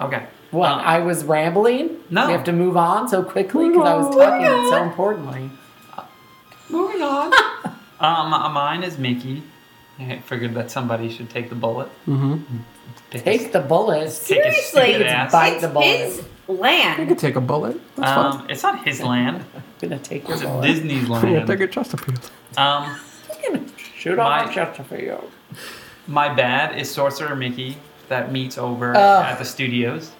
Okay.
What?
Um,
I was rambling.
No.
We have to move on so quickly because I was talking so importantly.
Moving on. um, uh, mine is Mickey. I figured that somebody should take the bullet. Mm.
Mm-hmm.
Pick his-
Take the bullets.
Take his
Seriously,
stupid
it's
ass.
Bite the
it's
bullet.
his
You
land.
could take a bullet. That's fine.
Um, it's not his land.
I'm gonna take your
It's
bullet.
Disney's
Yeah, take a
land.
Chesterfield.
Um,
I'm gonna shoot off
My-
my shelter for you.
my bad is Sorcerer Mickey that meets over
Ugh.
at the studios.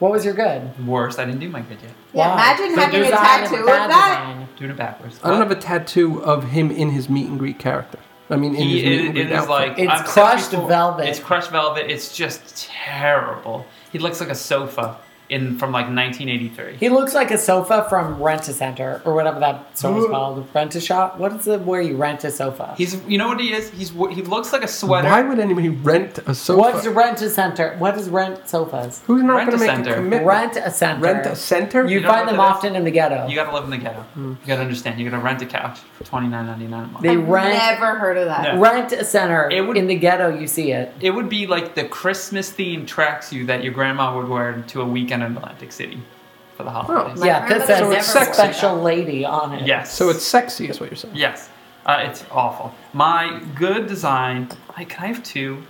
What was your good?
Worst, I didn't do my good yet.
Yeah,
Wow.
imagine
So
having a
design
tattoo of that.
Design.
Doing it backwards.
I don't have a tattoo of him in his meet and greet character. I mean, in
He
his meet
is,
and
it
greet
is
outfit.
like
It's
I've said
crushed
before,
velvet.
It's crushed velvet. It's just terrible. He looks like a sofa in from like 1983.
He looks like a sofa from Rent a Center or whatever that store is called. Rent a shop. What is it where you rent a sofa?
He's you know what he is. He's wh- he looks like a sweater.
Why would anybody rent a sofa?
What's rent a center? What is rent sofas?
Who's not going to make
Rent-a-center.
a commitment?
Rent a center.
Rent a center?
You,
You know
find
what
them
that is?
often in the ghetto.
You gotta live in the ghetto.
Hmm.
You gotta understand. You gotta rent a couch for twenty nine ninety nine a month.
They
I've
rent
never heard of that.
Yeah.
rent a center
It would-
in the ghetto. You see it.
it would be like the Christmas themed tracksuit that your grandma would wear to a weekend in Atlantic City for the
Oh,
holidays.
My
yeah, that
grandmother
says
never
it's
wore that.
special lady on it.
Yes.
So it's sexy, is what you're saying.
yes. Uh, it's awful. My good design. I can I have two.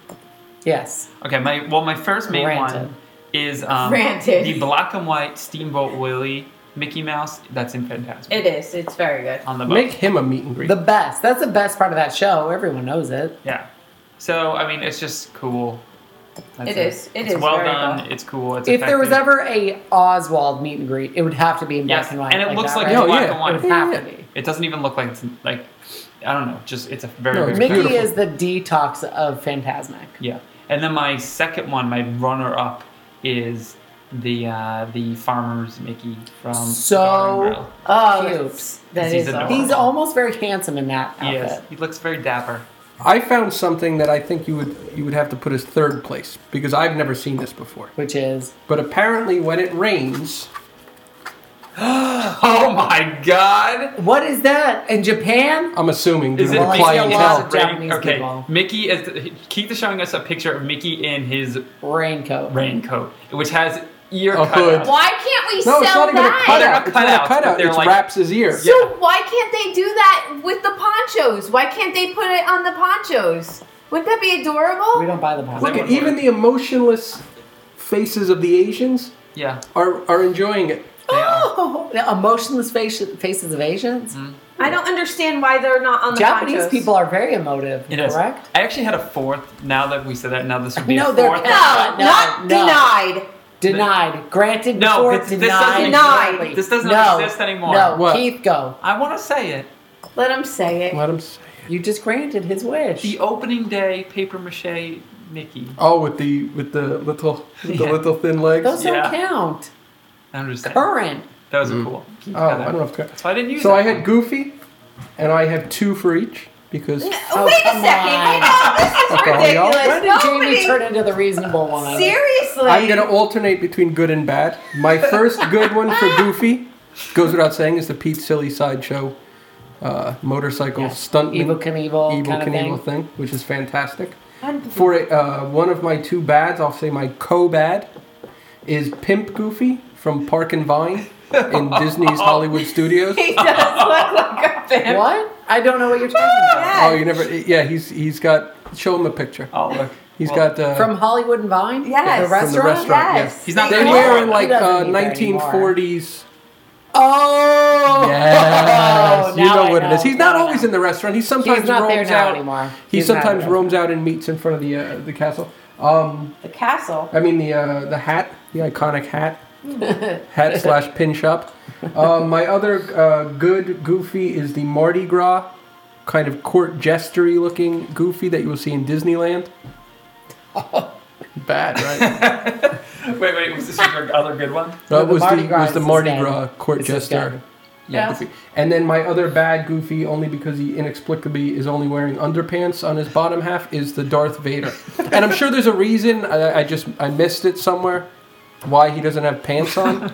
Yes.
Okay. My well, my first main
Granted.
one is um,
Granted.
the black and white Steamboat Willie Mickey Mouse. That's in Fantasmic.
It is. It's very good.
on the boat.
Make him a meet and greet.
The best. That's the best part of that show. Everyone knows it.
Yeah. So I mean, it's just cool. That's
It is. It
it's
is
well
very
done.
well.
It's cool. It's
if there was
effective.
ever a Oswald meet and greet, it would have to be in black
Yes,
and white.
and it looks
that,
like
right?
it's
Oh,
black
yeah.
and white.
It would have
Yeah,
to
yeah.
be.
It doesn't even look like it's like I don't know. Just it's a very
No,
very
it's
Mickey
special-
beautiful.
is the detox of Phantasmic.
yeah. And then my second one, my runner up is the uh, the farmer's Mickey from Dollar and
So
Grill.
Oh,
cute.
that's- that
He's
is
adorable.
Um, He's
awesome.
almost very handsome in that
he is.
outfit.
He looks very dapper.
I found something that I think you would you would have to put as third place because I've never seen this before.
Which is
But apparently, when it rains,
Oh my God!
what is that in Japan?
I'm assuming due
Is
to
it
the
Well, I
Mickey?
see a lot
clientele.
of
Ra-
Japanese
okay,
people.
Mickey is. Keith is showing us a picture of Mickey in his
Raincoat.
raincoat, which has ear
A hood.
cutouts.
Why can't we
No, it's
sell
not even a
that?
cutout.
They're
It's not
cutouts,
a cutout.
they're
It
like-
wraps his ear.
So why can't they do that with the ponchos? Why can't they put it on the ponchos? Wouldn't that be adorable?
We don't buy the
Look
pasta.
at even the emotionless faces of the Asians
Yeah,
are are enjoying it.
they are.
Oh, the emotionless face, faces of Asians.
Mm-hmm.
I don't understand why they're not on the
Japanese
ponchos.
people are very emotive.
It is.
Correct.
I actually had a fourth. Now that we said that, now this would be
No,
a
they're
fourth.
cut.
No,
No,
not
no.
denied.
Denied. Granted
No,
before.
it's- this
denied.
doesn't-
Denied.
currently.
this doesn't
no,
exist anymore.
No,
What?
Keith, go.
I want to say it.
Let them say it.
Let him say.
You just granted his wish.
The opening day paper mache Nikki.
Oh, with the with the little with the
Yeah.
little thin legs.
Those
Yeah.
don't count.
I'm just saying.
Current.
That was a cool. Keep
oh,
that
I
up.
don't know. If to
That's why I didn't use
So
that
I had
one.
Goofy, and I have two for each because
Oh,
Wait a
come
second. Wait
on.
a This is
Okay, y'all.
ridiculous.
When did Jamie
Nobody-
turn into the reasonable one?
Seriously.
I'm gonna alternate between good and bad. My first good one for Goofy goes without saying is the Pete Silly sideshow uh, motorcycle
Yeah.
stunt
Evil Knievel
evil
kind of thing.
Knievel thing, which is fantastic. For a, uh, one of my two bads, I'll say my co-bad is Pimp Goofy from Park and Vine in Disney's Hollywood Studios.
He does look like a vamp.
What? I don't know what you're
Ah!
talking about.
Oh, you never? Yeah, he's he's got. Show him a picture.
Oh, look.
He's
Well,
got uh,
From Hollywood and Vine?
Yes.
The
From
restaurant?
from the restaurant. Yes.
He's not
They
there
were
anymore.
in like
He doesn't
uh,
need that anymore.
1940s.
Oh!
Yes, you
now
know
I
what it is. He's
Now
not
I
always
know.
in the restaurant. He sometimes
He's not there
roams
now
out.
anymore.
He
He's not
sometimes
in the
roams out and meets in front of the uh, the castle. Um,
The castle.
I mean the uh, the hat, the iconic hat, hat slash pin shop. Um, my other uh, good goofy is the Mardi Gras kind of court jestery looking goofy that you will see in Disneyland. Bad, right?
Wait, wait. Was this your other good one?
No,
that
the
was
Mardi
the
Gras
was the
is
Mardi
dead.
Gras court
This is
jester.
dead.
Yeah.
Goofy. And then my other bad Goofy, only because he inexplicably is only wearing underpants on his bottom half, is the Darth Vader. and I'm sure there's a reason. I, I just I missed it somewhere. Why he doesn't have pants on?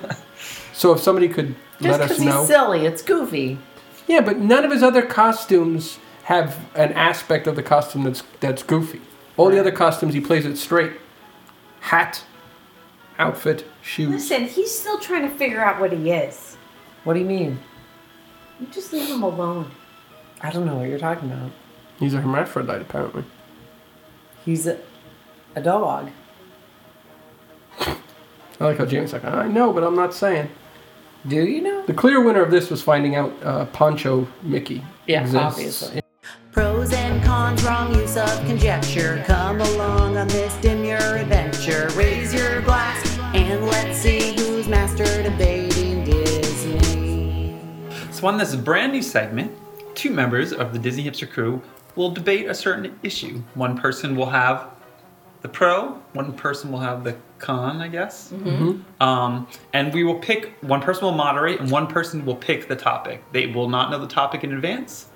so if somebody could
Just
let us
because he's
know.
silly, it's goofy.
yeah, but none of his other costumes have an aspect of the costume that's that's Goofy. All the other costumes he plays it straight. Hat, outfit, shoes.
Listen, he's still trying to figure out what he is.
What do you mean?
You just leave him alone.
I don't know what you're talking about.
He's a hermaphrodite apparently.
He's a, a dog.
I like how Jamie's like, I know, but I'm not saying.
Do you know?
The clear winner of this was finding out uh, Poncho Mickey.
Yeah,
exists.
obviously.
Pros and cons, wrong use of conjecture. Come along on this demure adventure. Raise your glass and let's see who's master debating Disney.
So on this brand new segment, two members of the Disney Hipster crew will debate a certain issue. One person will have the pro, one person will have the con, I guess.
Mm-hmm.
Um, and we will pick one person will moderate, and one person will pick the topic. They will not know the topic in advance.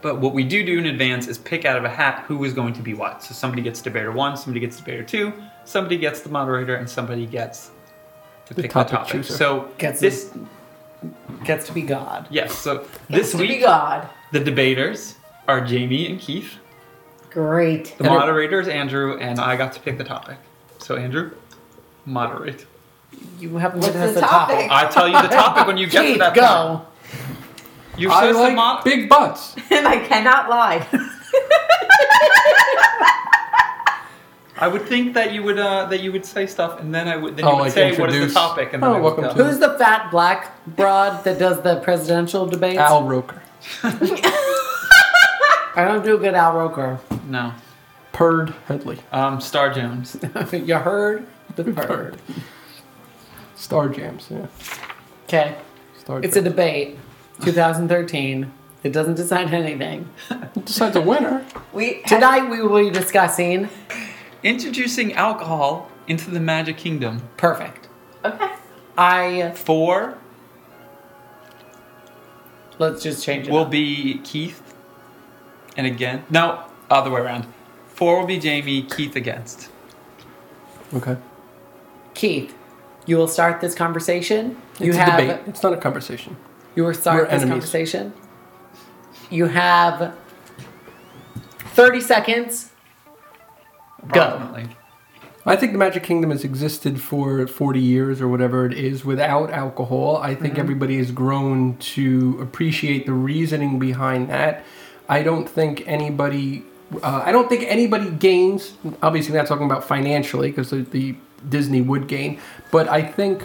But what we do do in advance is pick out of a hat who is going to be what. So somebody gets debater one, somebody gets debater two, somebody gets the moderator, and somebody gets to pick
topic
the topic.
chooser.
So
Gets
this
Gets to be God.
Yes, so
Gets
this
to be
week
God.
the debaters are Jamie and Keith.
Great.
The
And it-
moderator is Andrew, and I got to pick the topic. So Andrew, moderate.
You haven't
What's
given us
the
a topic.
topic?
I tell you the topic when you get to
Keith,
that point.
go.
You
I
said
like
some mod-
big butts.
And I cannot lie.
I would think that you would uh, that you would say stuff, and then I would then you
Oh,
would
like
say what is
introduce.
the topic, and then
Oh,
I would
welcome
go.
to-
Who's the fat black broad that does the presidential debates?
Al Roker.
I don't do a good Al Roker.
no.
Perd Headley.
Um, Star Jones.
you heard the bird.
Star Jams, yeah.
Okay.
Star
It's a
Jams.
debate. 2013. It doesn't decide anything.
Decides a winner.
We
Tonight we will be discussing
Introducing alcohol into the Magic Kingdom
perfect.
okay.
I
for
let's just change it.
will
up.
be Keith, and again, no, other way around. Four will be Jamie, Keith against.
Okay.
Keith, you will start this conversation. You
it's
have
a debate. It's not a conversation.
you will start
We're
this
enemies.
conversation. You have 30 seconds.
Approximately.
I think the Magic Kingdom has existed for 40 years or whatever it is without alcohol. I think
Mm-hmm.
everybody has grown to appreciate the reasoning behind that. I don't think anybody. Uh, I don't think anybody gains. Obviously, we're not talking about financially because the, the Disney would gain, but I think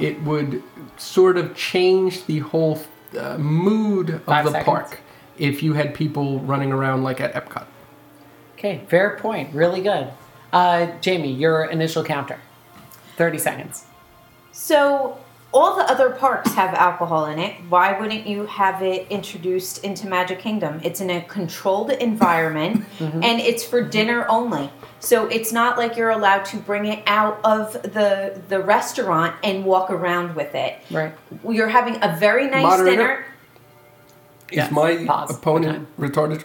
it would sort of change the whole uh, mood of
Five
the
seconds.
park if you had people running around like at Epcot.
Okay, fair point. Really good. Uh, Jamie, your initial counter. 30 seconds.
So all the other parks have alcohol in it. Why wouldn't you have it introduced into Magic Kingdom? It's in a controlled environment and it's for dinner only. So it's not like you're allowed to bring it out of the the restaurant and walk around with it.
Right.
You're having a very nice
Moderate
dinner.
Yes,
Is my
pause.
opponent retarded?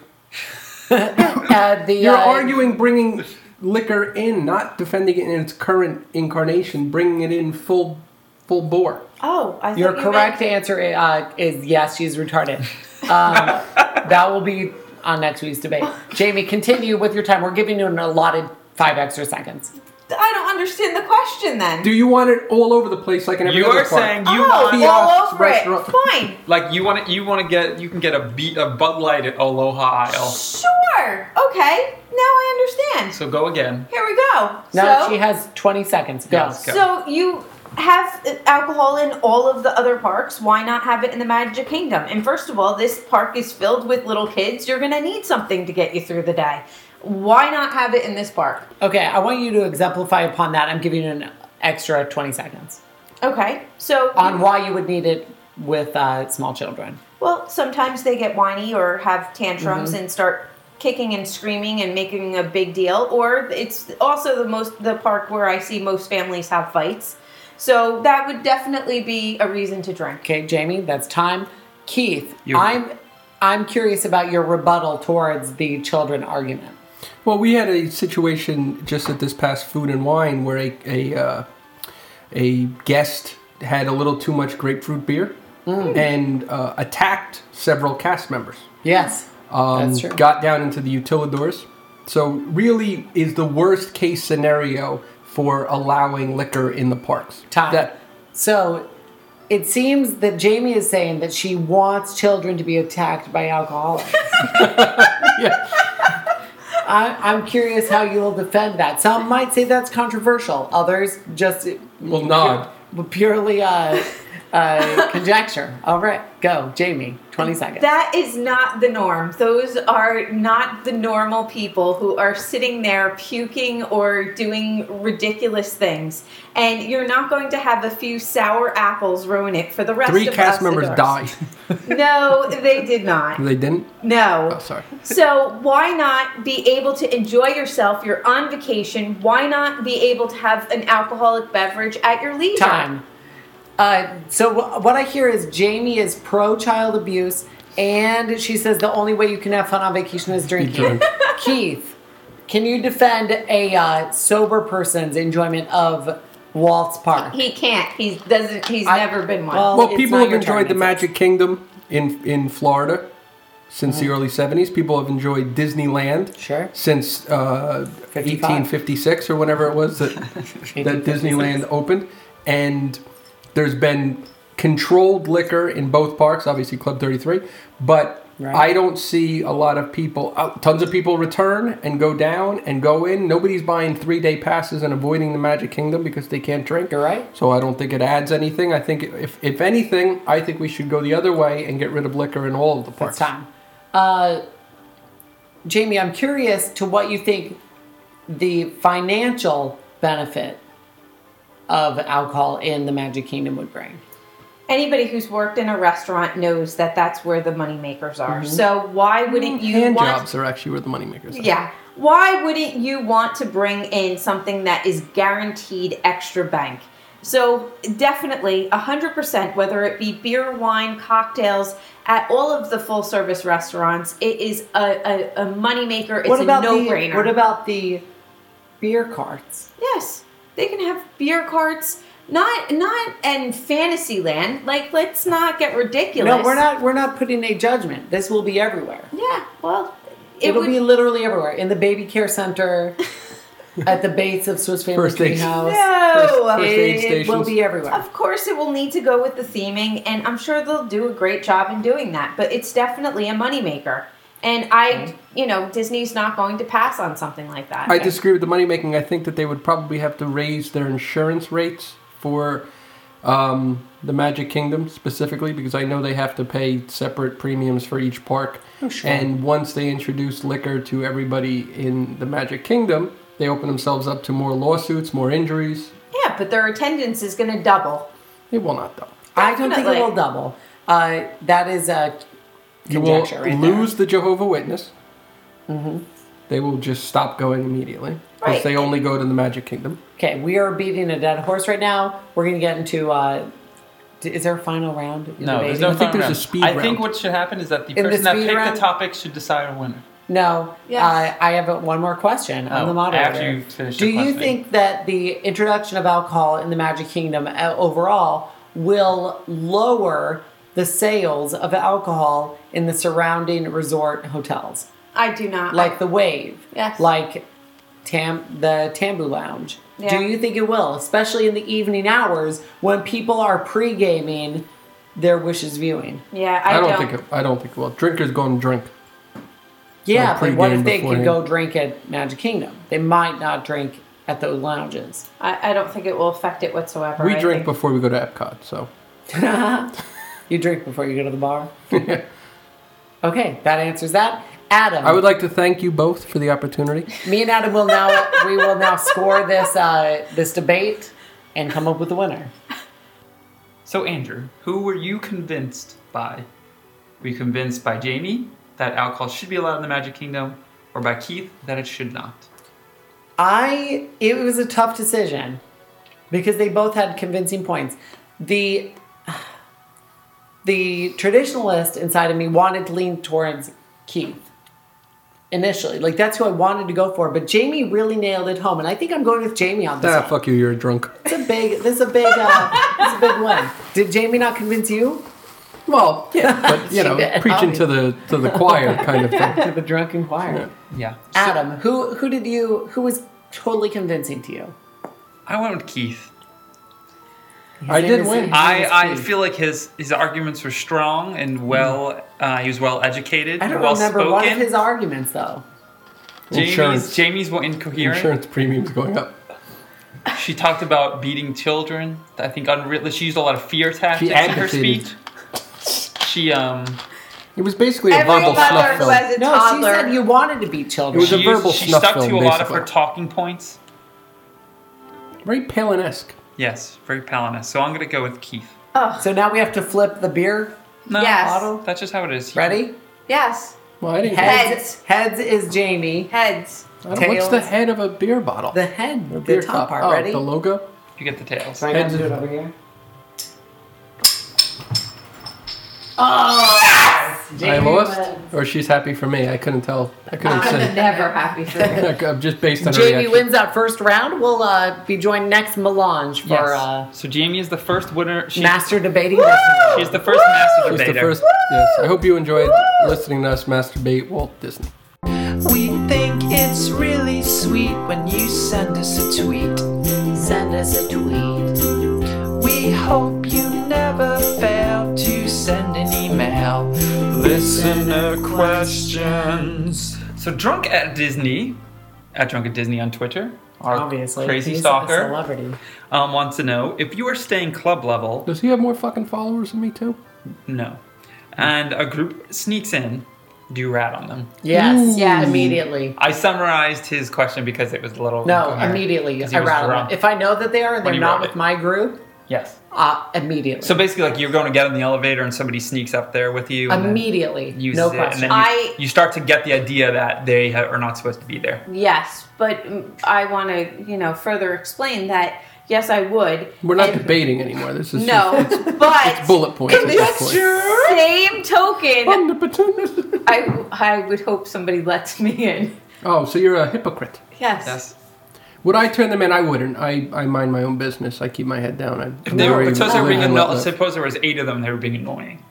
Uh, the,
You're
uh,
arguing bringing liquor in, not defending it in its current incarnation, bringing it in full full bore.
Oh, I thought
Your
you
correct
meant-
answer uh, is yes, she's retarded. Um, that will be on next week's debate. Jamie, continue with your time. We're giving you an allotted five extra seconds.
I don't understand the question then.
Do you want it all over the place like in every
You
other
are
park?
saying you
oh,
want
all
Kiosks,
over
restaurant-
it. Fine.
like you want to you want to get you can get a beat a Bud Light at Aloha Isle.
Sure. Okay. Now I understand.
So go again.
Here we go.
Now
so,
she has 20 seconds. Go.
Yes, go.
so you have alcohol in all of the other parks. Why not have it in the Magic Kingdom? And first of all, this park is filled with little kids. You're going to need something to get you through the day. Why not have it in this park?
Okay, I want you to exemplify upon that. I'm giving you an extra 20 seconds
Okay. So
on why you would need it with uh, small children.
Well, sometimes they get whiny or have tantrums
Mm-hmm.
and start kicking and screaming and making a big deal. Or it's also the most the park where I see most families have fights. So that would definitely be a reason to drink.
Okay, Jamie, that's time. Keith,
You.
I'm I'm curious about your rebuttal towards the children argument.
Well, we had a situation just at this past food and wine where a a, uh, a guest had a little too much grapefruit beer
Mm.
and uh, attacked several cast members.
Yes,
Um,
that's true.
Got down into the utilidors. So really, is the worst case scenario for allowing liquor in the parks.
time.
That-
so it seems that Jamie is saying that she wants children to be attacked by alcoholics.
yeah.
I, I'm curious how you'll defend that. Some might say that's controversial. Others just
Will nod.
pu- purely uh, uh, conjecture. All right, go, Jamie. Twenty seconds.
That is not the norm. Those are not the normal people who are sitting there puking or doing ridiculous things. And you're not going to have a few sour apples ruin it for the rest
Three
of
cast
us
members
adults.
died.
No, they did not.
they didn't.
No.
Oh, sorry.
So why not be able to enjoy yourself? You're on vacation. Why not be able to have an alcoholic beverage at your leisure?
time. Uh, so wh- what I hear is Jamie is pro child abuse, and she says the only way you can have fun on vacation is drinking.
drink.
Keith, can you defend a uh, sober person's enjoyment of Waltz Park?
He can't. He doesn't. He's
I-
never been one.
well-
Well,
it's
people
not
have
your turn,
enjoyed the
it's
Magic Kingdom in in Florida since the early '70s. People have enjoyed Disneyland
Mm-hmm. Sure.
since uh, 1856 or whenever it was that, that
1856.
Disneyland opened. And there's been controlled liquor in both parks, obviously Club 33, but.
Right.
I don't see a lot of people. Uh, tons of people return and go down and go in. Nobody's buying three day passes and avoiding the Magic Kingdom because they can't drink.
You're right.
So I don't think it adds anything. I think if if anything, I think we should go the other way and get rid of liquor in all of the
It's
parks.
time. Uh, Jamie, I'm curious to what you think the financial benefit of alcohol in the Magic Kingdom would bring.
Anybody who's worked in a restaurant knows that that's where the money makers
Mm-hmm.
are. So why wouldn't you
Hand
want?
jobs are actually where the moneymakers are.
Yeah. Why wouldn't you want to bring in something that is guaranteed extra bank? So, definitely 100%, whether it be beer, wine, cocktails, at all of the full service restaurants, it is a, a, a moneymaker. It's
what about
a no brainer.
the What about the beer carts?
Yes, they can have beer carts. Not not in Fantasyland. Like, let's not get ridiculous.
No, we're not. We're not putting a judgment. This will be everywhere.
Yeah, well,
It
it
will
would
be literally everywhere in the baby care center, at the base of Swiss Family
First aid.
Treehouse.
no.
First aid
It will
stations.
be everywhere.
Of course, it will need to go with the theming, and I'm sure they'll do a great job in doing that, but it's definitely a moneymaker. And I, you know, Disney's not going to pass on something like that.
I disagree with the money making. I think that they would probably have to raise their insurance rates for um, the Magic Kingdom specifically because I know they have to pay separate premiums for each park.
Oh, sure.
And once they introduce liquor to everybody in the Magic Kingdom, they open themselves up to more lawsuits, more injuries.
yeah, but their attendance is going to double.
It will not though.
I don't think it
Definitely.
will double. Uh, that is a
You will
conjecture right there. Mm-hmm.
lose the Jehovah Witness. They will just stop going immediately because
Right.
they only go to the Magic Kingdom.
Okay, we are beating a dead horse right now. We're going to get into. Uh, d- is there a final round? in
No,
debating?
there's no
I think
final
there's a
round.
speed
I think
round.
what should happen is that the
In the
person that
speed
picked
round?
the topic should decide a winner.
No.
Yes.
Uh, I have one more question. I'm
Oh,
the moderator.
after you finish
Do
your
you
question.
think that the introduction of alcohol in the Magic Kingdom uh, overall will lower the sales of alcohol in the surrounding resort hotels,
I do not.
like the Wave,
Yes.
like Tam the Tambu Lounge?
Yeah.
Do you think it will, especially in the evening hours when people are pre gaming their wishes viewing?
yeah,
I,
I,
don't, think it, I don't think it will. Drinkers going to drink.
Yeah, but what
pregame
if they could
beforehand.
go drink at Magic Kingdom? They might not drink at those lounges.
I, I don't think it will affect it whatsoever.
We
I
drink
think.
before we go to Epcot, so
You drink before you go to the bar. okay, that answers that. Adam,
I would like to thank you both for the opportunity.
me and Adam will now we will now score this uh, this debate and come up with a winner.
So, Andrew, who were you convinced by? Were you convinced by Jamie that alcohol should be allowed in the Magic Kingdom, or by Keith that it should not?
I it was a tough decision because they both had convincing points. The the traditionalist inside of me wanted to lean towards Keith initially. Like that's who I wanted to go for, but Jamie really nailed it home and I think I'm going with Jamie on this.
ah,
one.
fuck you, you're a drunk.
It's a big this is a big uh, this is a big win. Did Jamie not convince you?
Well, yeah, but
She
you know,
did.
preaching to the to the choir kind of thing.
To the drunken choir.
Yeah.
Adam, who who did you who was totally convincing to you?
I went with Keith.
I
name
did
is-
win.
I, I
Keith.
feel like his his arguments were strong and well. Uh, he was well educated.
I don't
well
remember
spoken.
one of his arguments though.
Jamie's
Insurance.
Jamie's were incoherent.
Insurance premiums going up.
She talked about beating children. I think unreal. She used a lot of fear tactics in her
advocated.
speech. She um.
It was basically a
Every
verbal
mother
snuff
who
film.
has a
No,
toddler.
she said you wanted to beat children.
It was a
she used-
verbal
she
snuff
stuck to
film,
a lot of her
basically.
talking points.
Very Palin-esque.
Yes, very Palinist. So I'm gonna go with Keith.
so now we have to flip the beer
No,
Yes.
bottle.
That's just how it is.
Ready?
yes,
Well, I didn't.
Head.
Heads. Heads is Jamie.
heads.
I don't- what's the
tails.
head of a beer bottle?
The head,
Or
the
beer
top
cup.
part.
Oh,
Ready?
the logo.
You get the tails.
I
Heads
gotta do
is-
it over here.
I
Jamie
lost,
wins.
or she's happy for me. I couldn't tell. I couldn't say.
Never happy for you.
I'm just based on her
Jamie
reaction.
wins that first round. We'll uh, be joined next melange for
Yes.
uh,
so Jamie is the first winner. She,
master debating. this
She's the first master
Just
debater.
the first. Yes. I hope you enjoyed listening to us masturbate Walt Disney.
We think it's really sweet when you send us a tweet.
Send us a tweet.
We hope you never fail to send an email. Listener questions.
So drunk at Disney, at drunk at Disney on Twitter, our
Obviously,
crazy
he's a
stalker
celebrity.
um, wants to know if you are staying club level.
Does he have more fucking followers than me too?
No, and a group sneaks in. Do you rat on them?
Yes,
Ooh. Yes.
immediately.
I summarized his question because it was a little
No,
incoherent.
immediately.
Because
I
he was
rattle
drunk.
them. If I know that they are and
When
they're
he
not
wrote
with
it.
my group,
Yes.
uh, immediately.
So basically, like you're going to get in the elevator and somebody sneaks up there with you. and then
immediately.
uses
No
it, and
question.
then you,
I-
you start to get the idea that they ha- are not supposed to be there.
Yes, but mm, I want to, you know, further explain that. Yes, I would.
We're not
And-
debating anymore. This is
No,
just, it's
but
bullet points at this point.
same token,
On the platoon.
I I would hope somebody lets me in.
Oh, so you're a hypocrite.
Yes.
Yes.
Would I turn them in? I wouldn't. I, I mind my own business. I keep my head down. I'm
If they were,
very
suppose, they were
willing
being
and
anno-
let live.
suppose there was eight of them, they were being annoying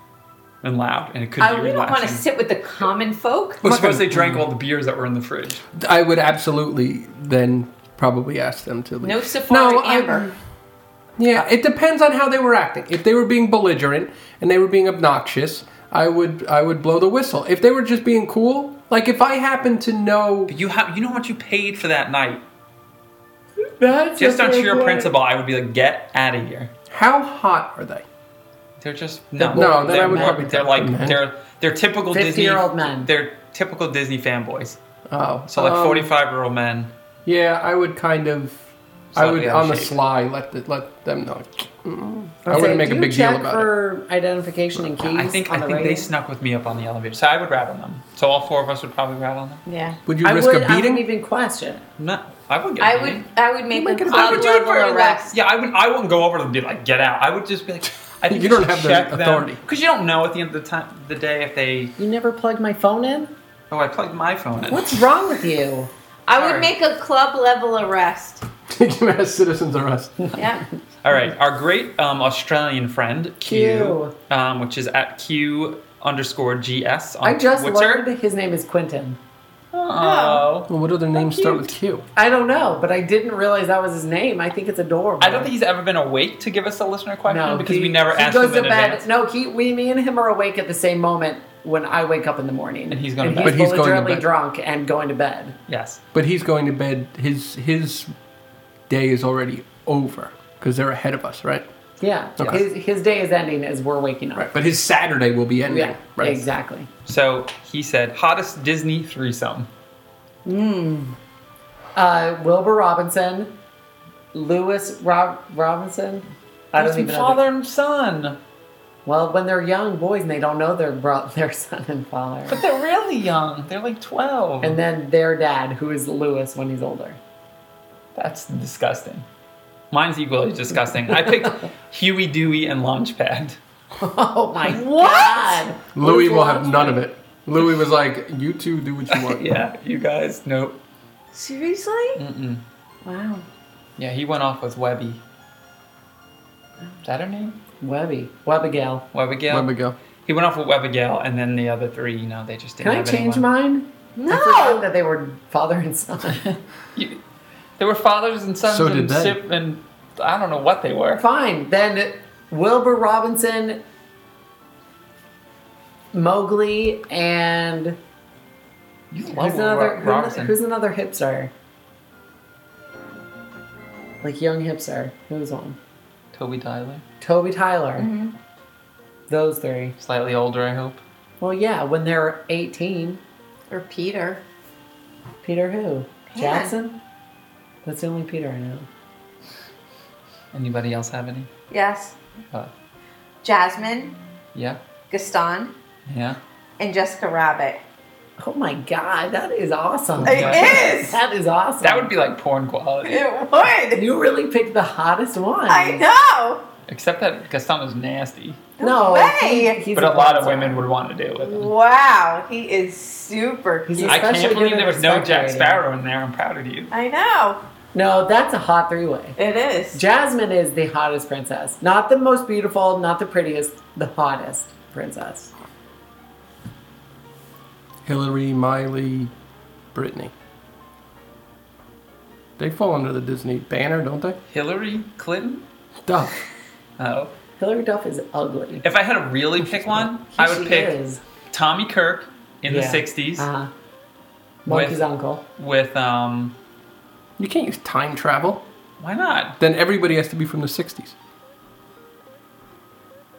and loud, and it could
I
be
we don't want to
relaxing.
sit with the common folk.
Or suppose
Mm.
they drank all the beers that were in the fridge.
I would absolutely then probably ask them to leave.
No Sephora
I-
Amber.
yeah, it depends on how they were acting. If they were being belligerent and they were being obnoxious, I would I would blow the whistle. If they were just being cool, like if I happen to know
But you have, you know what you paid for that night.
That's
Just
a
on
fair
sheer
point.
principle, I would be like, get out of here.
how hot are they?
They're just no.
No, then I
they're,
would
more-
probably
they're
take
like
them, man.
they're they're typical Disney
50-year-old men.
They're typical Disney fanboys.
Oh,
So like
um,
45 year old men.
Yeah, I would kind of I would
slightly out of
on the
shape.
sly let the, let them know. I
I'd
wouldn't
say,
make
do
a
you
big deal
check
about
for identification and keys.
I think
on
I
the
think they
radio?
snuck with me up on the elevator, so I would rat on them. So all four of us would probably rat on them.
Yeah.
it. Would you
I
risk
would.
a
I wouldn't
beating?
even question.
I'm not. I would get.
I
beaten.
would I would make a
Make it a
club
bad
level
Very relaxed.
arrest.
Yeah, I would. I wouldn't go over to them and be like, "Get out." I would just be like, "I think
You don't have the authority.
because you don't know at the end of the time, the day if they.
You never plugged my phone in.
Oh, I plugged my phone in.
What's wrong with
Oh,
you?
I
Sorry.
would make a club level arrest.
Take him as citizens arrest.
Yeah.
All right, our great um, Australian friend Q,
Q.
um, which is at Q underscore GS on
I just
Twitter.
learned his name is Quentin.
Oh.
Well, what other names start with Q?
I don't know, but I didn't realize that was his name. I think it's adorable.
I don't think he's ever been awake to give us a listener question because
he-
we never
he
asked
goes
him in
to bed.
advance.
No, he, we, me, and him are awake at the same moment when I wake up in the morning,
And he's going to
and
bed.
He's
But he's going to
belligerently
bed.
drunk and going to bed.
Yes.
But he's going to bed. His his day is already over because they're ahead of us, right?
Yeah,
Okay.
his, his day is ending as we're waking up.
Right. But his Saturday will be ending.
Yeah,
right?
exactly.
So he said, hottest Disney threesome.
Uh, Wilbur Robinson, Lewis Rob- Robinson. I don't
That's
even know.
father
the-
and son.
Well, when they're young boys and they don't know their bro- their son and father,
But they're really young. They're like 12.
and then their dad, who is Lewis when he's older.
That's disgusting. Mine's equally disgusting. I picked Huey, Dewey, and Launchpad.
Oh my
What?
god!
Louis
What is
will have
wrong?
none of it. Louis was like, "You two do what you want."
yeah, you guys, nope.
Seriously?
Mm-mm.
Wow.
Yeah, he went off with Webby. Is that her name?
Webby, Webigail.
Webigail?
Let me go.
He went off with Webigail, and then the other three, you know, they just didn't
Can I
have
change
anyone.
mine? I forgot
No.
that they were father and son.
You, they were fathers and sons
So
and
did they.
sip and I don't know what they were.
Fine. Then Wilbur Robinson, Mowgli, and
You love
who's another,
Ro-
who-
Robinson.
who's another hipster? Like young hipster. Who's one?
Toby Tyler.
Toby Tyler.
Mm-hmm.
Those three.
Slightly older, I hope.
Well, yeah, when they're 18.
Or Peter.
Peter who?
Yeah.
Jackson? That's the only Peter I know.
Anybody else have any?
Yes.
Uh,
Jasmine,
yeah.
Gaston,
Yeah.
and Jessica Rabbit.
Oh my god, that is awesome.
It is.
That is awesome.
That would be like porn quality.
It would.
You really picked the hottest one.
I know.
Except that Gaston is nasty.
No,
way.
he- he's
But a lot of women would want to deal with him.
Wow, he is super
He's
cute.
a-
I can't
Especially
believe
given
there was no
respect
Jack
rating.
Sparrow in there. I'm proud of you.
I know.
No, that's a hot three way.
It is.
Jasmine is the hottest princess. Not the most beautiful, not the prettiest, the hottest princess.
Hillary, Miley, Brittany. They fall under the Disney banner, don't they?
Hillary Clinton?
Duh.
Oh.
Hillary Duff is ugly.
If I had to really pick one, I would
She
pick
is.
Tommy Kirk in
Yeah.
the 60s
Uh-huh. Monkey's
With-
uncle.
with, um,
You can't use time travel.
why not?
Then everybody has to be from the 60s.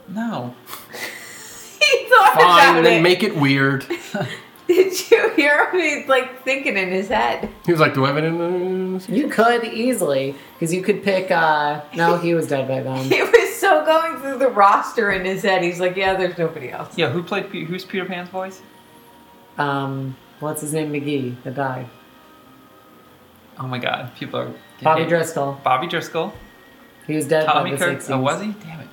No.
he thought
Fine,
about
then
it.
make it weird.
Did you hear him? He's like thinking in his head.
He was like, Do I have it in the.
You could easily, because you could pick. uh No, he was dead by then.
He was so going through the roster in his head. He's like, yeah, there's nobody else.
Yeah, who played, Pe- who's Peter Pan's voice?
Um, what's his name? McGee that died.
Oh my god, people are.
Bobby
hate-
Driscoll.
Bobby Driscoll.
He was dead by
Tommy
the
Kirk.
sixties.
Oh, was he? Damn it.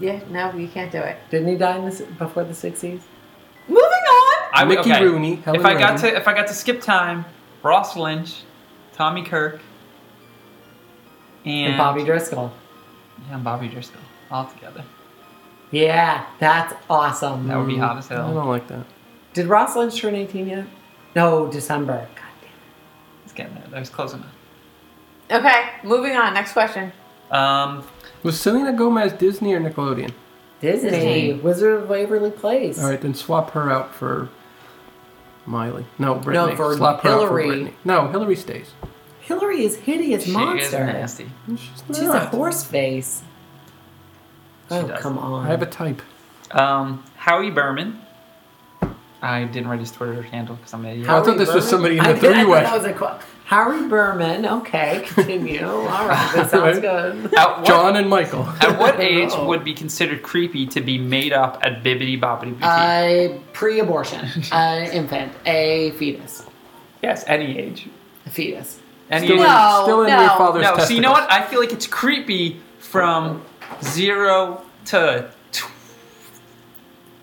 Yeah, no, you can't do it.
Didn't he die in the, before the sixties?
Moving on.
I would-
Mickey
okay.
Rooney, Helen
if I got
Mirren.
to if I got to skip time, Ross Lynch, Tommy Kirk, and,
And Bobby Driscoll.
Yeah, and Bobby Driscoll all together.
Yeah, that's awesome.
That would be hot as
I
hell.
don't like that.
Did Ross Lynch turn 18 yet? No, December. God damn
It's getting there. That was close enough.
Okay, moving on. Next question.
Um,
Was Selena Gomez Disney or Nickelodeon?
it. Disney.
Disney.
Wizard of Waverly Place.
All right, then swap her out for Miley. No, Brittany.
for
swap her out for
Hillary.
Brittany. No, Hillary stays.
Hillary is hideous
she is
monster.
nasty.
She's,
She's a
not.
horse face.
She
oh,
does.
come on.
I have a type.
Um, Howie Berman. I didn't write his Twitter handle because I'm an idiot.
How- I thought this was somebody in a
I did- I thought
three-way.
That was a qu- Harry Berman. Okay, continue. All right, that sounds
Right.
good.
At what-
John and Michael.
At what
I
age
don't know.
would be considered creepy to be made up at bibbidi bobbidi boutique?
A pre-abortion, a infant, a fetus,
yes, any age.
a fetus.
Any
Still,
age.
No,
in, still in
no.
your father's
No, so you know what?
testicles.
I feel like it's creepy from zero to tw-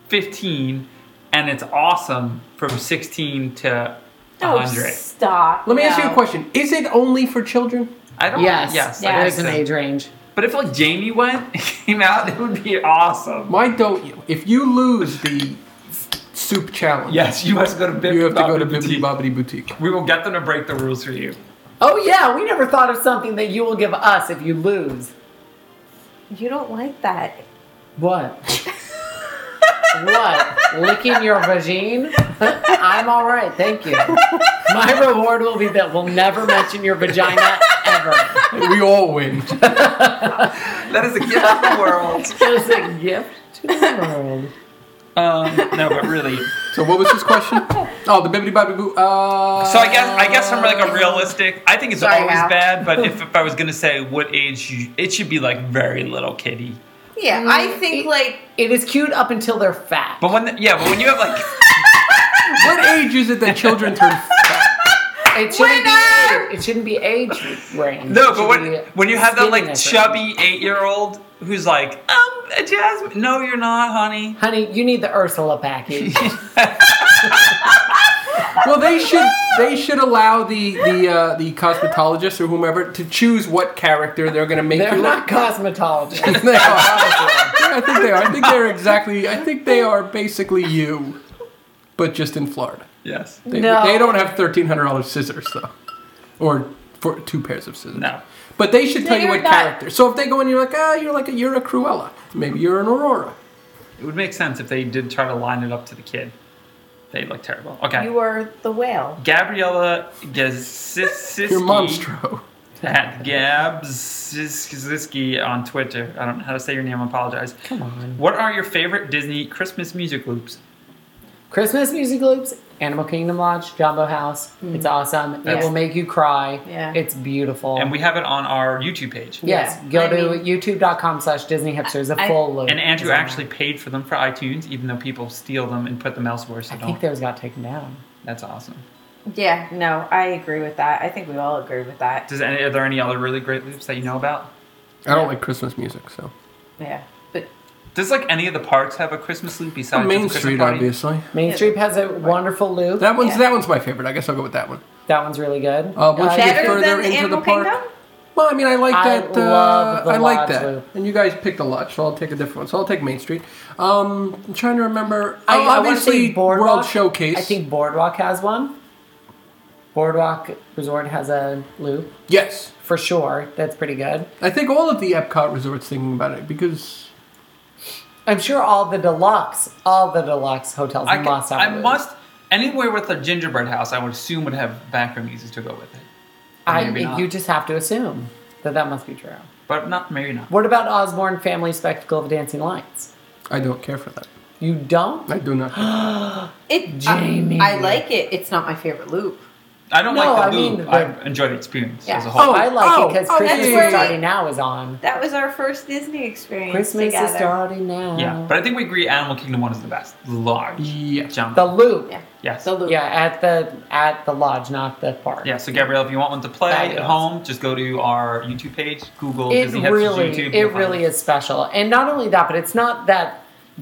fifteen, and it's awesome from sixteen to
Oh,
hundred.
stop.
Let me ask you a
No.
question. Is it only for children?
I don't.
Yes,
Yes.
Yeah.
I
There's
guess
an
so.
age range.
But if like Jamie went, came out, it would be awesome.
Why don't you? If you lose the soup challenge,
Yes, you must go to Bibbidi
you have to go to
Bobbidi
Bibbidi
Boutique.
Bobbidi Boutique.
We will get them to break the rules for you.
Oh yeah, we never thought of something that you will give us if you lose.
You don't like that.
What? what? Licking your vagine? I'm all right, thank you. My reward will be that we'll never mention your vagina ever.
We all win.
That is a gift of the world.
It's a gift to the world.
Um, no, but really.
So what was his question? Oh, the bibbidi bobbidi boo. Uh,
So I guess I guess from like a realistic, I think it's
Sorry,
always
Al.
bad. But if, if I was gonna say what age, you, it should be like very little kitty.
Yeah,
Mm,
I
e-
think like
It is cute up until they're fat.
But when the, yeah, but when you have like
What age is it that children turn?
It shouldn't
Winner!
be age, it shouldn't be age range. It
no, but
should
when
be
when you have that like
skinniness
chubby eight year old who's like um Jasmine, no, you're not, honey.
Honey, you need the Ursula package.
Well, they should they should allow the the uh, the cosmetologist or whomever to choose what character they're going to make
They're
you
not cosmetologists.
look. They are. Yeah, I think they are. I think they're exactly. I think they are basically you, but just in Florida.
Yes.
They,
No.
they don't have thirteen hundred dollars scissors though, or for two pairs of scissors.
No.
But they should tell you
They're
what
not-
character. So if they go in, you're like, ah, you're like a, you're a Cruella. Maybe you're an Aurora.
It would make sense if they did try to line it up to the kid. They look terrible. Okay.
you were the whale.
Gabriella Gaziski.
You're Monstro.
At Gabziski on Twitter. I don't know how to say your name. I apologize. Come on. What are your favorite Disney Christmas music loops?
Christmas music loops, Animal Kingdom Lodge, Jumbo House. It's awesome. It
Yeah.
will make you cry.
Yeah.
It's beautiful.
Mm. And we have it on our YouTube page.
yes,
Yeah.
go
I
to
mean-
youtube.com slash Disney Hipsters, a
I-
full loop.
And Andrew
is on
actually paid for them for iTunes, even though people steal them and put them elsewhere. So
there. I think
don't.
theirs got taken down.
That's awesome.
Yeah, no, I agree with that. I think we all agree with that.
Does any, are there any other really great loops that you know about?
I don't like Christmas music, so
Yeah, but
Does like any of the parks have a Christmas loop besides
Main
just the Christmas
Street,
party?
obviously.
Main
Yeah.
Street has a wonderful loop. That,
That one's
Yeah.
that one's my favorite. I guess I'll go with that one.
one's really good.
Uh, once you get
Better
further
than
into
Animal
the park.
Kingdom?
Well, I mean, I like
I
that.
love
uh,
the
I like
lodge
that.
loop.
And you guys picked a lot, so I'll take a different one. So I'll take Main Street. Um, I'm trying to remember.
I,
oh,
I wanna
obviously,
say Boardwalk.
World Showcase.
I think Boardwalk has one. Boardwalk Resort has a loop
yes.
for sure. That's pretty good.
I think all of the Epcot resorts thinking about it because
I'm sure all the deluxe, all the deluxe hotels
I, ca-
must have. a
I
loop.
must. Anywhere with a gingerbread house, I would assume would have background music to go with it.
I,
Maybe not.
you just have to assume that that must be true.
But not maybe not.
What about Osborne Family Spectacle of Dancing Lights?
I don't care for that.
You don't?
I do not. Care.
it. uh,
Jamie.
I, I like it. It's not my favorite loop.
I don't
No,
like the
I mean
loop.
the-
I enjoy the experience
Yeah.
as a whole.
I like
oh,
it because
oh,
Christmas
yeah, yeah,
is
yeah.
starting now is on.
That was our first Disney experience
Christmas is
together.
starting now.
Yeah, but I think we agree Animal Kingdom 1 is the best. Large.
Yeah.
Jump.
the loop.
Yeah,
yes.
the loop.
Yeah, at the at the lodge, not the park.
yeah, so Gabrielle, if you want one to play
Fabulous.
at home, just go to our YouTube page, Google
it
Disney Hipsters
really
YouTube.
it really is special and not only that but it's not that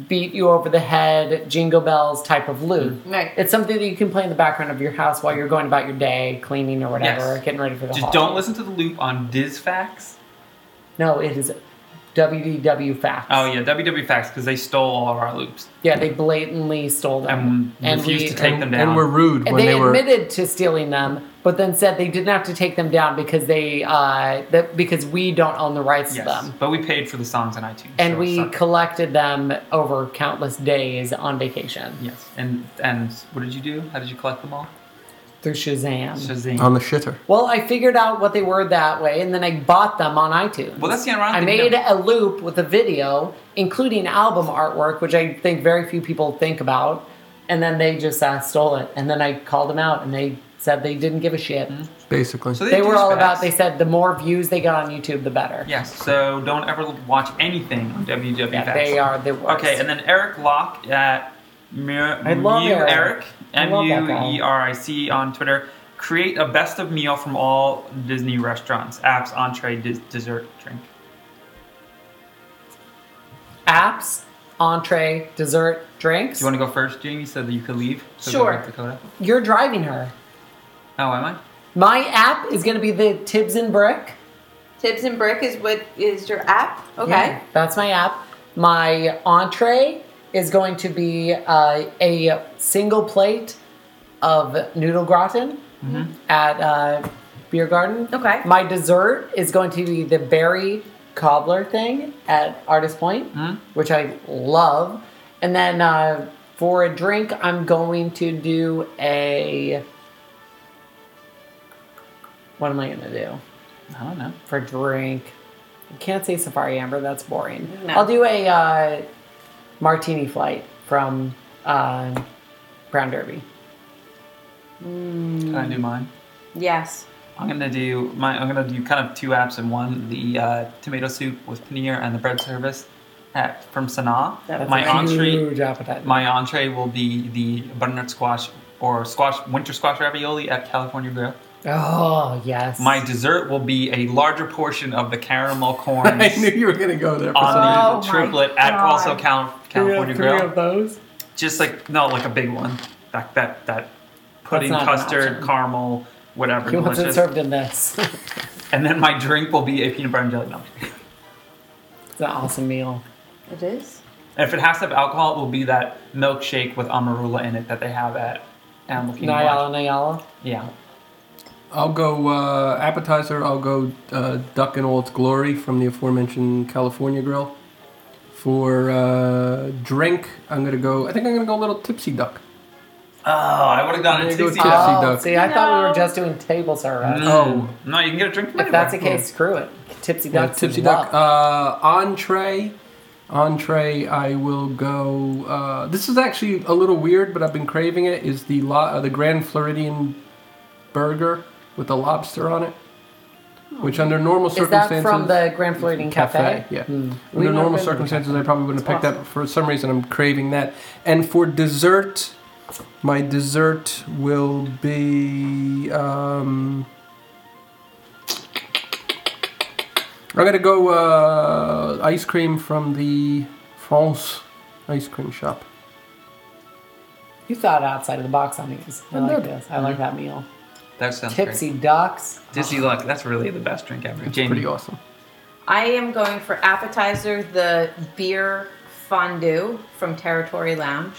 beat you over the head jingle bells type of loop
Mm-hmm.
Right.
it's something that you can play in the background of your house while you're going about your day cleaning or whatever
Yes.
getting ready for the
Just
holiday.
don't listen to the loop on DizFacts.
no it is wdw facts
Oh, yeah, WW Facts, because they stole all of our loops
yeah they blatantly stole
and
them and,
refused
we-
to take them down.
And we're rude
and
when
they,
they, were.
admitted to stealing them but then said they didn't have to take them down because they uh that because we don't own the rights
yes,
to them
But we paid for the songs on iTunes.
and
so it
we
sucked.
collected them over countless days on vacation
Yes, and and what did you do? How did you collect them all?
through Shazam.
Shazam.
on the shitter.
Well, I figured out what they were that way, and then I bought them on iTunes.
Well, that's the ironic
I
thing,
made
yeah.
a loop with a video, including album artwork, which I think very few people think about. and then they just uh, stole it. And then I called them out, and they said they didn't give a shit.
Mm-hmm.
basically.
So
They, were all about. They
this.
said the more views they got on YouTube, the better.
Yes, so don't ever watch anything on WWF.
Yeah, they are the worst.
Okay, and then Eric Locke at Mu-
I love
Mu-
Eric.
Eric
I
M
love that
U
guy.
E R I C on Twitter. Create a best of meal from all Disney restaurants: apps, entree, dis- dessert, drink.
apps, entree, dessert, drinks.
Do you want to go first, Jamie, so that you could leave? So
Sure.
North Dakota.
You're driving her.
Oh, am I?
My app is going to be the Tibbs and Brick.
Tibbs and Brick is what is your app. Okay.
Yeah, that's my app. My entree is going to be uh, a single plate of noodle gratin at uh, Beer Garden.
Mm-hmm. Okay.
My dessert is going to be the berry cobbler thing at Artist Point,
Mm-hmm.
which I love. And then uh, for a drink, I'm going to do a. What am I going to do?
I don't know.
for drink. I can't say Safari Amber. That's boring.
No.
I'll do a uh, martini flight from uh, Brown Derby.
Can I do mine?
Yes.
I'm gonna do my. I'm gonna do kind of two apps in one: the uh, tomato soup with paneer and the bread service at from Sanaa.
That's
my entree.
Huge appetite.
My entree will be the butternut squash or squash winter squash ravioli at California Grill.
oh yes.
My dessert will be a larger portion of the caramel corn
I knew you were going to go there. For some-
on
Oh
the
my
triplet at
God.
also Cal-
three,
California
of, three
Grill.
of those.
Just like no, like a big one. That that that pudding,
not an
custard,
option.
caramel, whatever.
He wants it
delicious.
served in this.
And then my drink will be a peanut butter and jelly milkshake.
it's an awesome meal.
It is.
And if it has to have alcohol, it will be that milkshake with amarula in it that they have at Animal Kingdom.
Nyala Nyala.
Yeah.
I'll go uh, appetizer. I'll go uh, duck in all its glory from the aforementioned California Grill. For uh, drink, I'm going to go. I think I'm going to go a little tipsy duck.
Oh, I would have gone
I'm
at
gonna
60.
go with Tipsy
oh,
duck.
see, I thought we were
No.
just doing table
Mm.
service.
Oh.
No, you can get a drink from
If that's the
anywhere.
case, screw it. Tipsy
Yeah,
duck.
tipsy duck. Uh, entree. Entree, I will go. Uh, this is actually a little weird, but I've been craving it. Is the lo- uh, the Grand Floridian burger with the lobster on it? Which, under normal
Hmm. is that
circumstances,
from the Grand Floridian Cafe?
Yeah.
We
Under
never
normal
been to the
circumstances, I probably wouldn't have picked that.
awesome.
But for some reason, I'm craving that. And for dessert, my dessert will be. Um, I'm gonna go uh, ice cream from the France ice cream shop.
You thought outside of the box on these. I
I
like
did.
this. I
Mm-hmm.
like that meal.
That sounds
Tipsy
great.
ducks.
Dizzy luck. That's really the best drink ever.
It's
Jamie.
pretty awesome.
I am going for appetizer the beer fondue from Territory Lounge.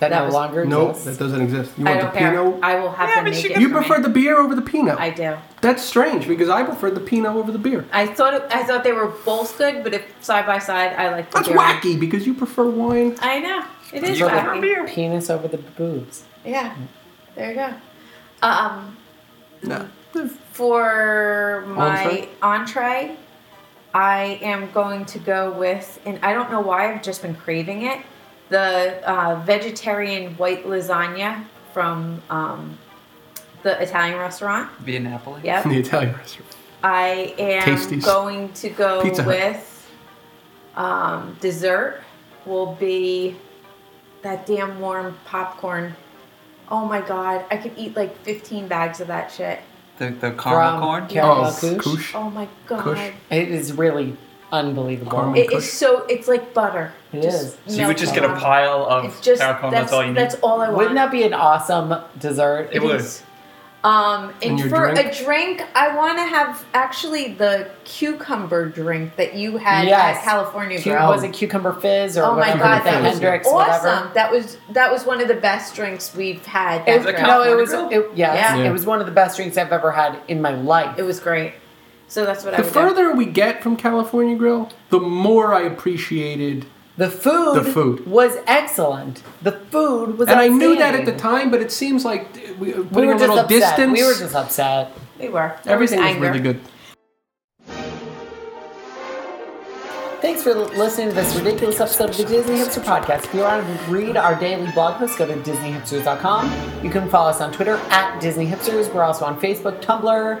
That,
That
no
was-
longer
Nope,
exists.
that doesn't exist. You
I
want the
don't care.
Pinot?
I will have
Yeah,
them
but
make
she
it.
got-
You
for me.
prefer the beer over the Pinot.
I do.
That's strange because I preferred the Pinot over the beer.
I thought it, I thought they were both good, but if side by side, I like the
That's
beer.
wacky because you prefer wine.
I know it is
You
But
prefer
wacky.
beer.
Penis over the boobs.
Yeah, there you go. Um,
No.
for my
Entree?
entree, I am going to go with, and I don't know why I've just been craving it, the uh, vegetarian white lasagna from um, the Italian restaurant.
Via Napoli.
Yep.
The Italian restaurant.
I am
Tasties.
going to go
Pizza Hut.
with um, dessert will be that damn warm popcorn. Oh my god, I could eat like 15 bags of that shit.
The, the caramel
From
corn.
Cal-
Oh,
Couche?
Couche.
Oh my god.
Kush.
It is really unbelievable.
Caramel.
It
Kush.
is so it's like butter.
It
Just
is.
So you would just get
melted
a
down.
pile of
It's just
sour cone.
that's,
That's, all you need.
That's all I want.
Wouldn't that be an awesome dessert?
it would.
is. Um, and,
And your
for
drink?
a drink, I want to have actually the cucumber drink that you had
Yes.
at California
Cu-
Grill.
was it cucumber fizz or
oh my
whatever
god,
the
that was
Hendrix,
awesome!
whatever?
That was that was one of the best drinks we've had.
It
That
was,
drink.
no, it
California
was
Grill?
it, yes,
Yeah.
it was one of the best drinks I've ever had in my life.
it was great. So that's what I
The
would
further we get from California Grill, the more I appreciated.
the food,
The food.
was excellent. The food was
And I knew that at
outstanding.
the time, but it seems like we, uh, putting
We were
a
just
little
upset.
distance.
We were just upset.
do. We were There was
everything was
anger.
really good.
Thanks for listening to this ridiculous episode of the Disney Hipster Podcast. If you want to read our daily blog posts, go to DisneyHipsters.com. You can follow us on Twitter at Disney Hipsters. We're also on Facebook, Tumblr.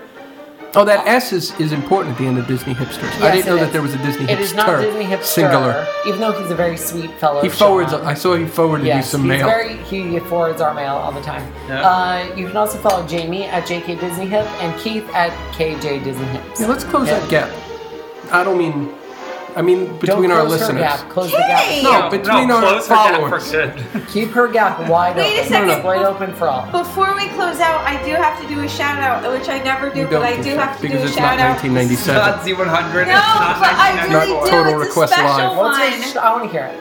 Oh, that S is, is important at the end of Disney hipsters. I
Yes,
didn't know
it
that
is.
there was a Disney hipster.
It is not Disney Hipster.
Singular.
Even though he's a very sweet fellow.
He forwards.
Sean.
I saw he forwarded
Yes,
you some
he's
mail.
very he forwards our mail all the time.
Yeah.
Uh, you can also follow Jamie at JK Disney Hip and Keith at KJ Disney Hips.
Yeah, let's close
Yeah.
that gap. I don't mean. I mean
Don't
between our
close her
listeners.
gap. Close the
Hey!
gap.
No, between
no,
our
close her down
followers.
for good.
Keep her gap wide
Wait a
open.
second.
No, no.
Wide open for all.
Before we close out, I do have to do a shout out, which I never do,
You
but
don't
I do
that
have to do
because
a
it's
shout
not
out.
It's not
1997.
Z100. it's
No,
not
but I really
1994.
do.
Total
it's
Request
a special
Live.
one.
What's your sh- I want to hear it.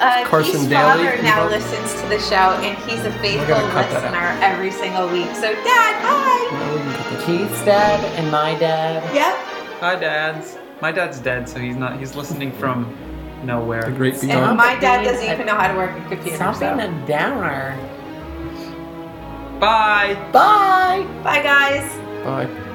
Uh,
Carson
Keith's
Daly?
father now listens to the show, and he's a faithful
gonna cut that out.
listener every single week. So, Dad, hi.
Keith's dad and my dad.
Yep.
My dad's my dad's dead, so he's not. He's listening from nowhere.
The great
And
beyond.
my dad doesn't even know how to work a computer.
Stop
so.
being a downer.
Bye.
Bye.
Bye, guys.
Bye.